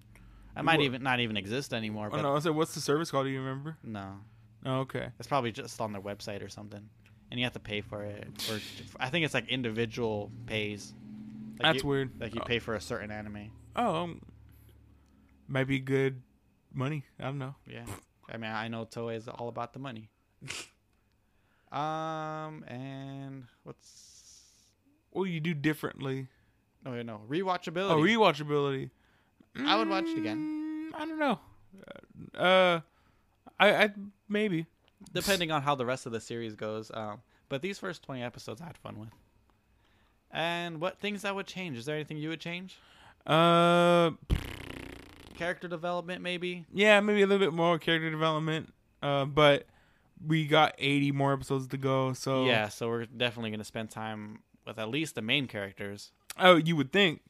[SPEAKER 2] It might
[SPEAKER 1] Wha-
[SPEAKER 2] even not even exist anymore.
[SPEAKER 1] Oh,
[SPEAKER 2] But
[SPEAKER 1] no, I said, what's the service called? Do you remember?
[SPEAKER 2] no,
[SPEAKER 1] Oh, okay.
[SPEAKER 2] it's probably just on their website or something, and you have to pay for it. Or I think it's like individual pays. Like
[SPEAKER 1] That's
[SPEAKER 2] you-
[SPEAKER 1] weird.
[SPEAKER 2] Like you
[SPEAKER 1] Oh.
[SPEAKER 2] pay for a certain anime.
[SPEAKER 1] Oh, um, might be good money. I don't know.
[SPEAKER 2] Yeah. I mean, I know Toei is all about the money. um, and what's?
[SPEAKER 1] Well, you do differently.
[SPEAKER 2] No, wait, no rewatchability.
[SPEAKER 1] Oh, rewatchability.
[SPEAKER 2] I would watch it again,
[SPEAKER 1] Mm, I don't know. Uh, I, I maybe.
[SPEAKER 2] depending on how the rest of the series goes. Um, but these first twenty episodes, I had fun with. And what things that would change? Is there anything you would change?
[SPEAKER 1] Uh,
[SPEAKER 2] Character development, maybe.
[SPEAKER 1] yeah, maybe a little bit more character development. Uh, but we got 80 more episodes to go, so
[SPEAKER 2] Yeah, so we're definitely gonna spend time with at least the main characters.
[SPEAKER 1] Oh, you would think.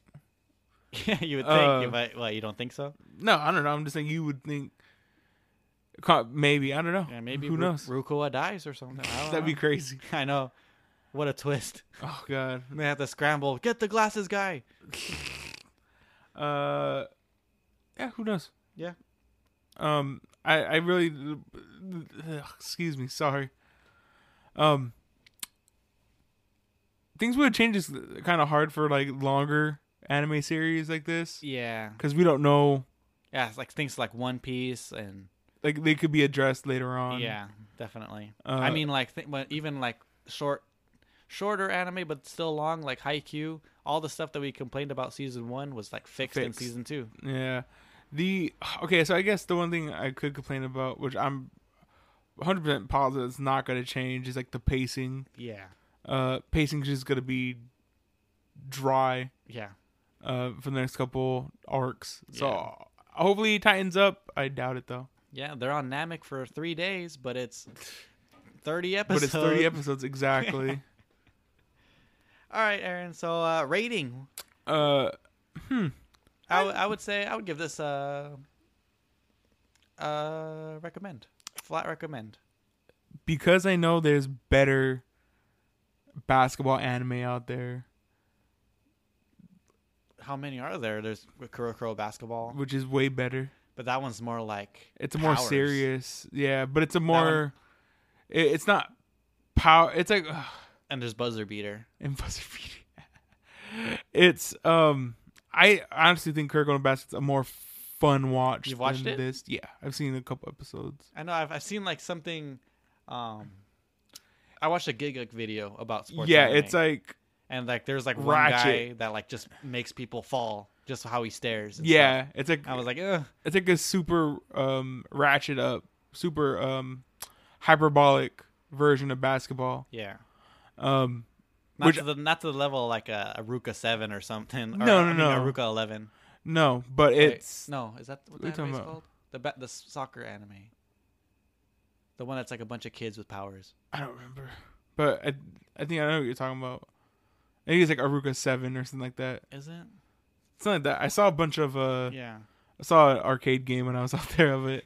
[SPEAKER 2] Yeah, you would think,
[SPEAKER 1] Uh,
[SPEAKER 2] but well, you don't think so.
[SPEAKER 1] No, I don't know. I'm just saying you would think. Co- Maybe I don't know.
[SPEAKER 2] Yeah, maybe
[SPEAKER 1] who
[SPEAKER 2] Ru-
[SPEAKER 1] knows?
[SPEAKER 2] Rukoa dies or something. I don't
[SPEAKER 1] That'd be
[SPEAKER 2] know.
[SPEAKER 1] crazy.
[SPEAKER 2] I know. What a twist!
[SPEAKER 1] Oh god.
[SPEAKER 2] They have to scramble. Get the glasses guy.
[SPEAKER 1] Uh, yeah. Who knows?
[SPEAKER 2] Yeah.
[SPEAKER 1] Um, I I really excuse me, sorry. Um, things would change is kind of hard for like longer anime series like this
[SPEAKER 2] Yeah.
[SPEAKER 1] because we don't know.
[SPEAKER 2] Yeah, it's like things like One Piece and
[SPEAKER 1] Like they could be addressed later on.
[SPEAKER 2] yeah, definitely.
[SPEAKER 1] Uh,
[SPEAKER 2] I mean, like th- but even like short, shorter anime, but still long, like Haikyuu. All the stuff that we complained about season one was like fixed, in
[SPEAKER 1] Fixed.
[SPEAKER 2] season two.
[SPEAKER 1] Yeah. The okay, so I guess the one thing I could complain about, which I'm 100% positive it's not going to change, is like the pacing.
[SPEAKER 2] Yeah,
[SPEAKER 1] Uh, pacing's just going to be dry
[SPEAKER 2] yeah.
[SPEAKER 1] uh for the next couple arcs. So
[SPEAKER 2] Yeah.
[SPEAKER 1] hopefully it tightens up. I doubt it though.
[SPEAKER 2] Yeah, they're on Namek for three days, but it's thirty
[SPEAKER 1] But
[SPEAKER 2] episodes.
[SPEAKER 1] it's 30 episodes exactly.
[SPEAKER 2] All right, Aaron. So uh, rating,
[SPEAKER 1] uh,
[SPEAKER 2] I, w- I would say I would give this a, a recommend, flat recommend.
[SPEAKER 1] because I know there's better basketball anime out there,
[SPEAKER 2] How many are there? There's Kuro Kuro basketball,
[SPEAKER 1] which is way better.
[SPEAKER 2] but that one's more like
[SPEAKER 1] It's a more
[SPEAKER 2] powers.
[SPEAKER 1] serious, yeah, but it's a more. It, it's not power. It's like ugh,
[SPEAKER 2] And there's buzzer beater.
[SPEAKER 1] and buzzer beating. it's um. I honestly think Kirk on the Basket's a more fun watch.
[SPEAKER 2] You've watched
[SPEAKER 1] than
[SPEAKER 2] it?
[SPEAKER 1] This, yeah, I've seen a couple episodes.
[SPEAKER 2] I know I've I've seen like something. Um, I watched a Giguk video about sports.
[SPEAKER 1] yeah,
[SPEAKER 2] anime,
[SPEAKER 1] it's like
[SPEAKER 2] and like there's like one guy
[SPEAKER 1] ratchet.
[SPEAKER 2] that like just makes people fall just how he stares. and
[SPEAKER 1] yeah, it's like
[SPEAKER 2] stuff. I was like, Ugh.
[SPEAKER 1] it's like a super um ratchet up, super um hyperbolic version of basketball.
[SPEAKER 2] yeah.
[SPEAKER 1] Um,
[SPEAKER 2] Not
[SPEAKER 1] Which-
[SPEAKER 2] to the not to the level of, like a, a Ruka seven or something. Or,
[SPEAKER 1] No,
[SPEAKER 2] I
[SPEAKER 1] no,
[SPEAKER 2] mean,
[SPEAKER 1] no.
[SPEAKER 2] A Ruka eleven.
[SPEAKER 1] no, but
[SPEAKER 2] Wait,
[SPEAKER 1] it's
[SPEAKER 2] no. Is that what
[SPEAKER 1] what are you
[SPEAKER 2] that
[SPEAKER 1] talking
[SPEAKER 2] anime's
[SPEAKER 1] about?
[SPEAKER 2] called? The ba- the s- soccer anime. The one that's like a bunch of kids with powers.
[SPEAKER 1] I don't remember, but I I think I know what you're talking about. I think it's like Aruka Seven or something like that.
[SPEAKER 2] Is it?
[SPEAKER 1] Something like that. I saw a bunch of uh,
[SPEAKER 2] Yeah.
[SPEAKER 1] I saw an arcade game when I was out there of it.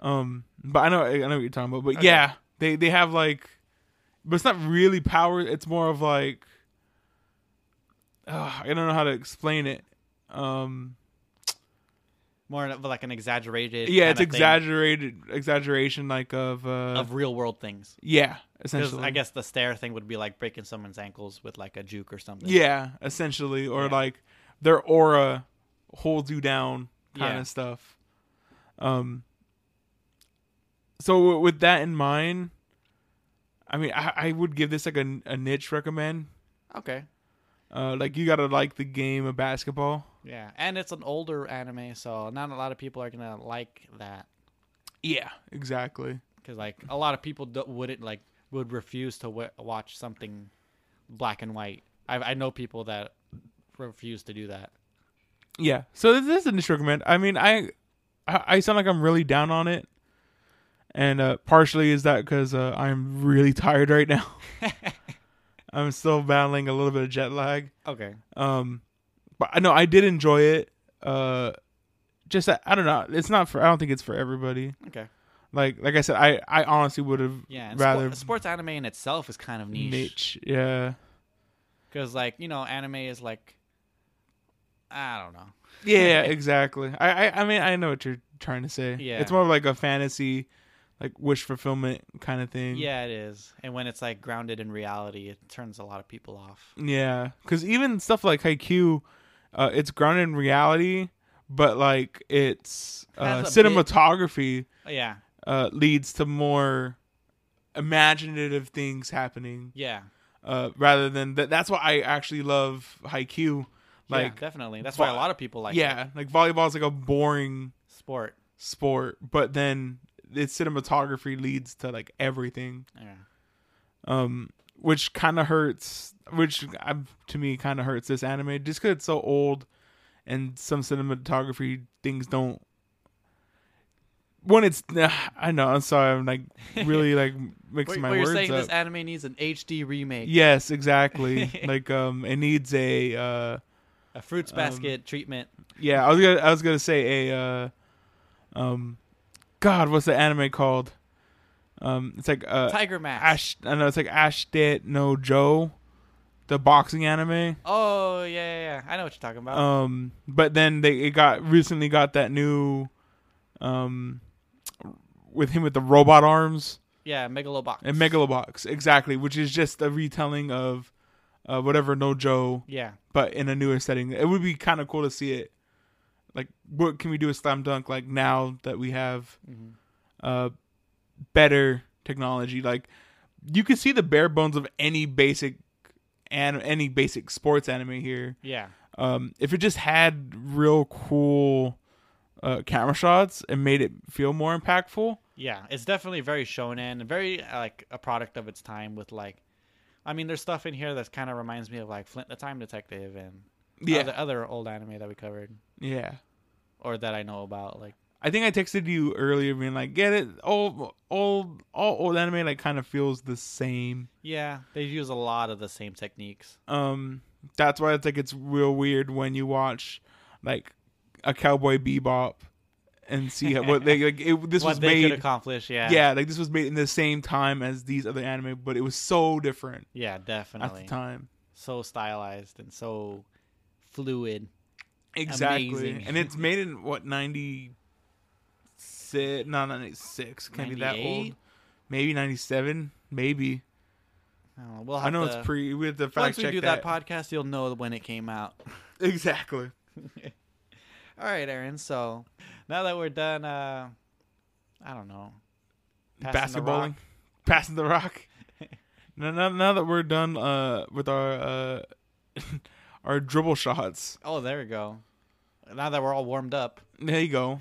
[SPEAKER 1] Um, but I know I know what you're talking about. But
[SPEAKER 2] Okay.
[SPEAKER 1] yeah, they they have like, but it's not really power. It's more of like, ugh, I don't know how to explain it. Um,
[SPEAKER 2] More of like an exaggerated.
[SPEAKER 1] yeah, it's
[SPEAKER 2] kinda thing
[SPEAKER 1] exaggerated exaggeration like of uh,
[SPEAKER 2] of real world things.
[SPEAKER 1] yeah,
[SPEAKER 2] Because
[SPEAKER 1] essentially.
[SPEAKER 2] I guess the stair thing would be like breaking someone's ankles with like a juke or something.
[SPEAKER 1] yeah, essentially, or
[SPEAKER 2] Yeah.
[SPEAKER 1] like their aura holds you down kind
[SPEAKER 2] Yeah.
[SPEAKER 1] of stuff. Um. So w- with that in mind, I mean, I, I would give this like a, a niche recommend.
[SPEAKER 2] Okay.
[SPEAKER 1] Uh, like you gotta like the game of basketball.
[SPEAKER 2] Yeah, and it's an older anime, so not a lot of people are gonna like that.
[SPEAKER 1] Yeah, exactly.
[SPEAKER 2] Because like a lot of people do- wouldn't like would refuse to w- watch something black and white. I I know people that refuse to do that.
[SPEAKER 1] Yeah. So this is a niche recommend. I mean, I, I, I sound like I'm really down on it, and uh, partially is that because uh, I'm really tired right now. I'm still battling a little bit of jet lag.
[SPEAKER 2] Okay.
[SPEAKER 1] Um, but I know I did enjoy it. Uh, just that, I don't know. It's not for. I don't think it's for everybody.
[SPEAKER 2] Okay.
[SPEAKER 1] Like like I said, I I honestly would have
[SPEAKER 2] Yeah. And
[SPEAKER 1] rather
[SPEAKER 2] spo- sports anime in itself is kind of niche.
[SPEAKER 1] niche. Yeah.
[SPEAKER 2] Because like you know, anime is like I don't know.
[SPEAKER 1] Yeah, exactly. I, I I mean I know what you're trying to say.
[SPEAKER 2] Yeah.
[SPEAKER 1] It's more of like a fantasy, like wish fulfillment kind of thing.
[SPEAKER 2] Yeah, it is. And when it's like grounded in reality, it turns a lot of people off.
[SPEAKER 1] Yeah. Cause even stuff like Haikyuu, uh, it's grounded in reality, but like it's uh,
[SPEAKER 2] Has a bit-
[SPEAKER 1] cinematography
[SPEAKER 2] Yeah.
[SPEAKER 1] uh, leads to more imaginative things happening.
[SPEAKER 2] Yeah.
[SPEAKER 1] Uh, rather than that that's why I actually love Haikyuu.
[SPEAKER 2] Like
[SPEAKER 1] Like
[SPEAKER 2] definitely. That's why a
[SPEAKER 1] vo-
[SPEAKER 2] lot of people like it.
[SPEAKER 1] yeah, like volleyball is like a boring
[SPEAKER 2] sport.
[SPEAKER 1] sport, but then its cinematography leads to like everything,
[SPEAKER 2] Yeah.
[SPEAKER 1] um, which kind of hurts which I, to me kind of hurts this anime just because it's so old, and some cinematography things don't. When it's, I know. I'm sorry. I'm like really like mixing
[SPEAKER 2] Wait,
[SPEAKER 1] my
[SPEAKER 2] wait, you're
[SPEAKER 1] words
[SPEAKER 2] saying
[SPEAKER 1] up.
[SPEAKER 2] this anime needs an HD remake,
[SPEAKER 1] yes, exactly. like um, it needs a uh,
[SPEAKER 2] a fruits basket treatment.
[SPEAKER 1] yeah. I was gonna I was gonna say a uh, um, God, what's the anime called? Um, it's like uh,
[SPEAKER 2] Tiger Mask.
[SPEAKER 1] Ash. I know it's like Ash Dead No Joe, the boxing anime.
[SPEAKER 2] Oh yeah, yeah, yeah. I know what you're talking about.
[SPEAKER 1] Um, but then they it got recently got that new, um, with him with the robot arms
[SPEAKER 2] yeah, Megalobox.
[SPEAKER 1] and Megalobox exactly, which is just a retelling of, uh, whatever No Joe,
[SPEAKER 2] yeah,
[SPEAKER 1] but in a newer setting. It would be kind of cool to see it. Like, what can we do with slam dunk? Like now that we have, uh, better technology. Like, you can see the bare bones of any basic, and any basic sports anime here
[SPEAKER 2] yeah.
[SPEAKER 1] um, if it just had real cool uh, camera shots and made it feel more impactful.
[SPEAKER 2] Yeah, it's definitely very shonen, and very uh, like a product of its time. With like, I mean, there's stuff in here that kind of reminds me of like Flint the Time Detective and
[SPEAKER 1] Yeah.
[SPEAKER 2] other, other old anime that we covered
[SPEAKER 1] Yeah.
[SPEAKER 2] or that I know about. Like,
[SPEAKER 1] I think I texted you earlier being like, get it. All old, all old anime like kind of feels the same.
[SPEAKER 2] yeah, they use a lot of the same techniques.
[SPEAKER 1] Um, that's why it's like it's real weird when you watch like a Cowboy Bebop and see how, what they like. It, this
[SPEAKER 2] what
[SPEAKER 1] was
[SPEAKER 2] they could
[SPEAKER 1] made,
[SPEAKER 2] accomplish, yeah,
[SPEAKER 1] yeah, like this was made in the same time as these other anime, but it was so different
[SPEAKER 2] yeah, definitely.
[SPEAKER 1] at the time.
[SPEAKER 2] So stylized and so fluid.
[SPEAKER 1] Exactly.
[SPEAKER 2] Amazing.
[SPEAKER 1] And it's made in what 96 no 96 can't be that
[SPEAKER 2] 98?
[SPEAKER 1] old. Maybe 97, maybe.
[SPEAKER 2] I, don't know, we'll have
[SPEAKER 1] I know
[SPEAKER 2] to,
[SPEAKER 1] it's pre we have to fact
[SPEAKER 2] Once we
[SPEAKER 1] check
[SPEAKER 2] do
[SPEAKER 1] that.
[SPEAKER 2] that podcast, you'll know when it came out.
[SPEAKER 1] exactly.
[SPEAKER 2] All right, Aaron. So now that we're done, uh, I don't know. passing the rock.
[SPEAKER 1] Basketballing. Passing the rock. now, now, now that we're done uh with our uh our dribble shots.
[SPEAKER 2] Oh, there we go. Now that we're all warmed up.
[SPEAKER 1] There you go.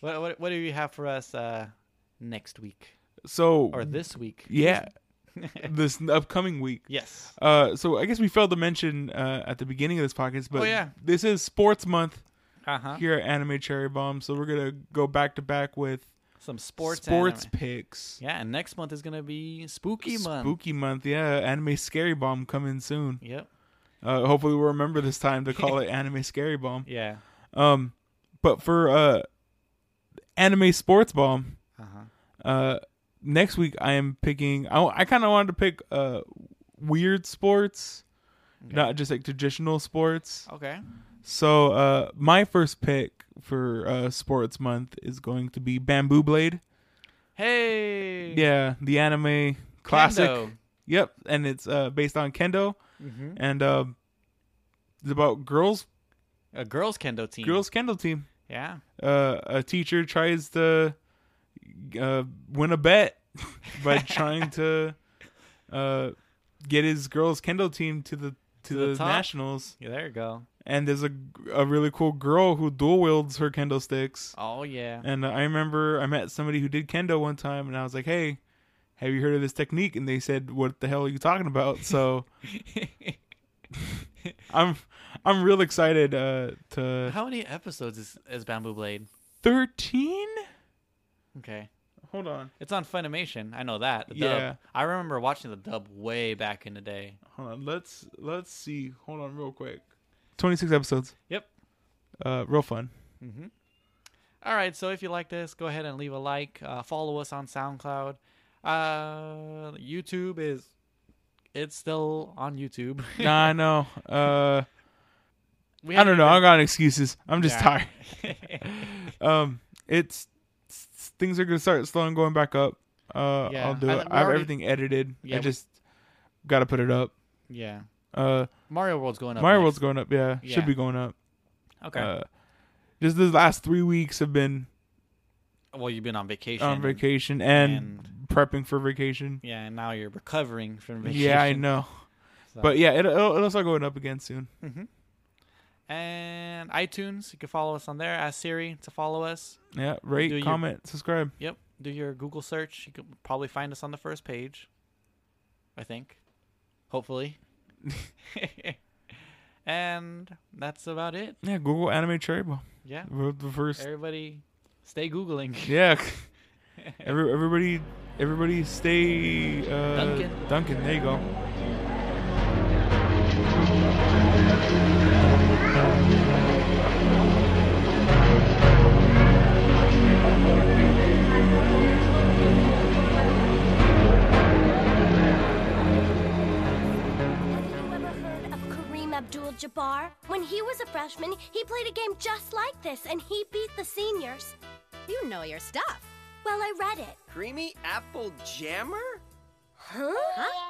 [SPEAKER 2] What what what do you have for us uh, next week
[SPEAKER 1] So
[SPEAKER 2] or this week?
[SPEAKER 1] Mm. yeah. this upcoming week.
[SPEAKER 2] Yes.
[SPEAKER 1] Uh, so I guess we failed to mention uh, at the beginning of this podcast, but
[SPEAKER 2] Oh, yeah.
[SPEAKER 1] this is Sports Month
[SPEAKER 2] Uh huh.
[SPEAKER 1] here at Anime Cherry Bomb, so we're gonna go back to back with
[SPEAKER 2] Some sports.
[SPEAKER 1] sports
[SPEAKER 2] anime.
[SPEAKER 1] picks.
[SPEAKER 2] Yeah, and next month is gonna be spooky month.
[SPEAKER 1] Spooky month, yeah. Anime Scary Bomb coming soon.
[SPEAKER 2] Yep.
[SPEAKER 1] Uh, hopefully, we'll remember this time to call it Anime Scary Bomb.
[SPEAKER 2] Yeah.
[SPEAKER 1] Um, but for uh, Anime Sports Bomb,
[SPEAKER 2] Uh huh.
[SPEAKER 1] uh, next week I am picking. I I kind of wanted to pick uh weird sports, not just like traditional sports.
[SPEAKER 2] Okay.
[SPEAKER 1] So uh my first pick for uh sports month is going to be Bamboo Blade.
[SPEAKER 2] Hey.
[SPEAKER 1] Yeah, the anime classic.
[SPEAKER 2] Kendo.
[SPEAKER 1] Yep, and it's uh based on kendo
[SPEAKER 2] Mhm.
[SPEAKER 1] and um it's about girls
[SPEAKER 2] A girls' kendo team.
[SPEAKER 1] girls kendo team.
[SPEAKER 2] Yeah.
[SPEAKER 1] Uh a teacher tries to uh win a bet by trying to uh get his girls kendo team to the to,
[SPEAKER 2] the
[SPEAKER 1] the,
[SPEAKER 2] top?
[SPEAKER 1] nationals
[SPEAKER 2] Yeah. There you go.
[SPEAKER 1] and there's a a really cool girl who dual wields her kendo sticks.
[SPEAKER 2] Oh yeah.
[SPEAKER 1] And uh, I remember I met somebody who did kendo one time, and I was like, "Hey, have you heard of this technique?" And they said, "What the hell are you talking about?" So I'm I'm real excited uh, to
[SPEAKER 2] How many episodes is, is Bamboo Blade?
[SPEAKER 1] thirteen.
[SPEAKER 2] Okay.
[SPEAKER 1] Hold on,
[SPEAKER 2] It's on Funimation. I know that. The
[SPEAKER 1] Yeah.
[SPEAKER 2] Dub. I remember watching the dub way back in the day.
[SPEAKER 1] hold on. Let's let's see. Hold on, real quick. Twenty six episodes.
[SPEAKER 2] Yep.
[SPEAKER 1] Uh, real fun.
[SPEAKER 2] All right. So if you like this, go ahead and leave a like. Uh, follow us on SoundCloud. Uh, YouTube is. It's still on YouTube.
[SPEAKER 1] nah, I know. Uh,
[SPEAKER 2] We
[SPEAKER 1] I don't
[SPEAKER 2] haven't
[SPEAKER 1] know. I
[SPEAKER 2] even-
[SPEAKER 1] got excuses. I'm just
[SPEAKER 2] Yeah.
[SPEAKER 1] tired. um, it's, it's- things are gonna start slow and going back up. Uh,
[SPEAKER 2] Yeah.
[SPEAKER 1] I'll do
[SPEAKER 2] I-
[SPEAKER 1] it.
[SPEAKER 2] we
[SPEAKER 1] I have
[SPEAKER 2] already-
[SPEAKER 1] everything edited.
[SPEAKER 2] Yeah,
[SPEAKER 1] I
[SPEAKER 2] we-
[SPEAKER 1] just gotta put it up.
[SPEAKER 2] yeah.
[SPEAKER 1] Uh,
[SPEAKER 2] Mario World's going up.
[SPEAKER 1] Mario
[SPEAKER 2] next.
[SPEAKER 1] World's going up. Yeah,
[SPEAKER 2] Yeah.
[SPEAKER 1] should be going up.
[SPEAKER 2] Okay.
[SPEAKER 1] Uh, just the last three weeks have been
[SPEAKER 2] well, you've been on vacation.
[SPEAKER 1] on vacation and,
[SPEAKER 2] and-
[SPEAKER 1] prepping for vacation.
[SPEAKER 2] Yeah, and now you're recovering from vacation.
[SPEAKER 1] Yeah, I know.
[SPEAKER 2] So-
[SPEAKER 1] But yeah, it'll, it'll it'll start going up again soon.
[SPEAKER 2] And iTunes, you can follow us on there. Ask Siri to follow us.
[SPEAKER 1] Yeah,
[SPEAKER 2] Do
[SPEAKER 1] rate,
[SPEAKER 2] your-
[SPEAKER 1] comment, subscribe.
[SPEAKER 2] Yep. Do your Google search. You can probably find us on the first page. I think. Hopefully. and that's about it.
[SPEAKER 1] Yeah, Google anime cherry bomb.
[SPEAKER 2] Yeah.
[SPEAKER 1] Wrote The first.
[SPEAKER 2] Everybody stay Googling.
[SPEAKER 1] Yeah. Every, everybody, everybody, stay. Uh,
[SPEAKER 2] Duncan.
[SPEAKER 1] Duncan. There you go.
[SPEAKER 3] Have you ever heard of Kareem Abdul Jabbar? When he was a freshman, he played a game just like this and he beat the seniors.
[SPEAKER 4] You know your stuff.
[SPEAKER 3] Well, I read it.
[SPEAKER 5] Creamy apple jammer?
[SPEAKER 3] Huh?
[SPEAKER 4] Huh?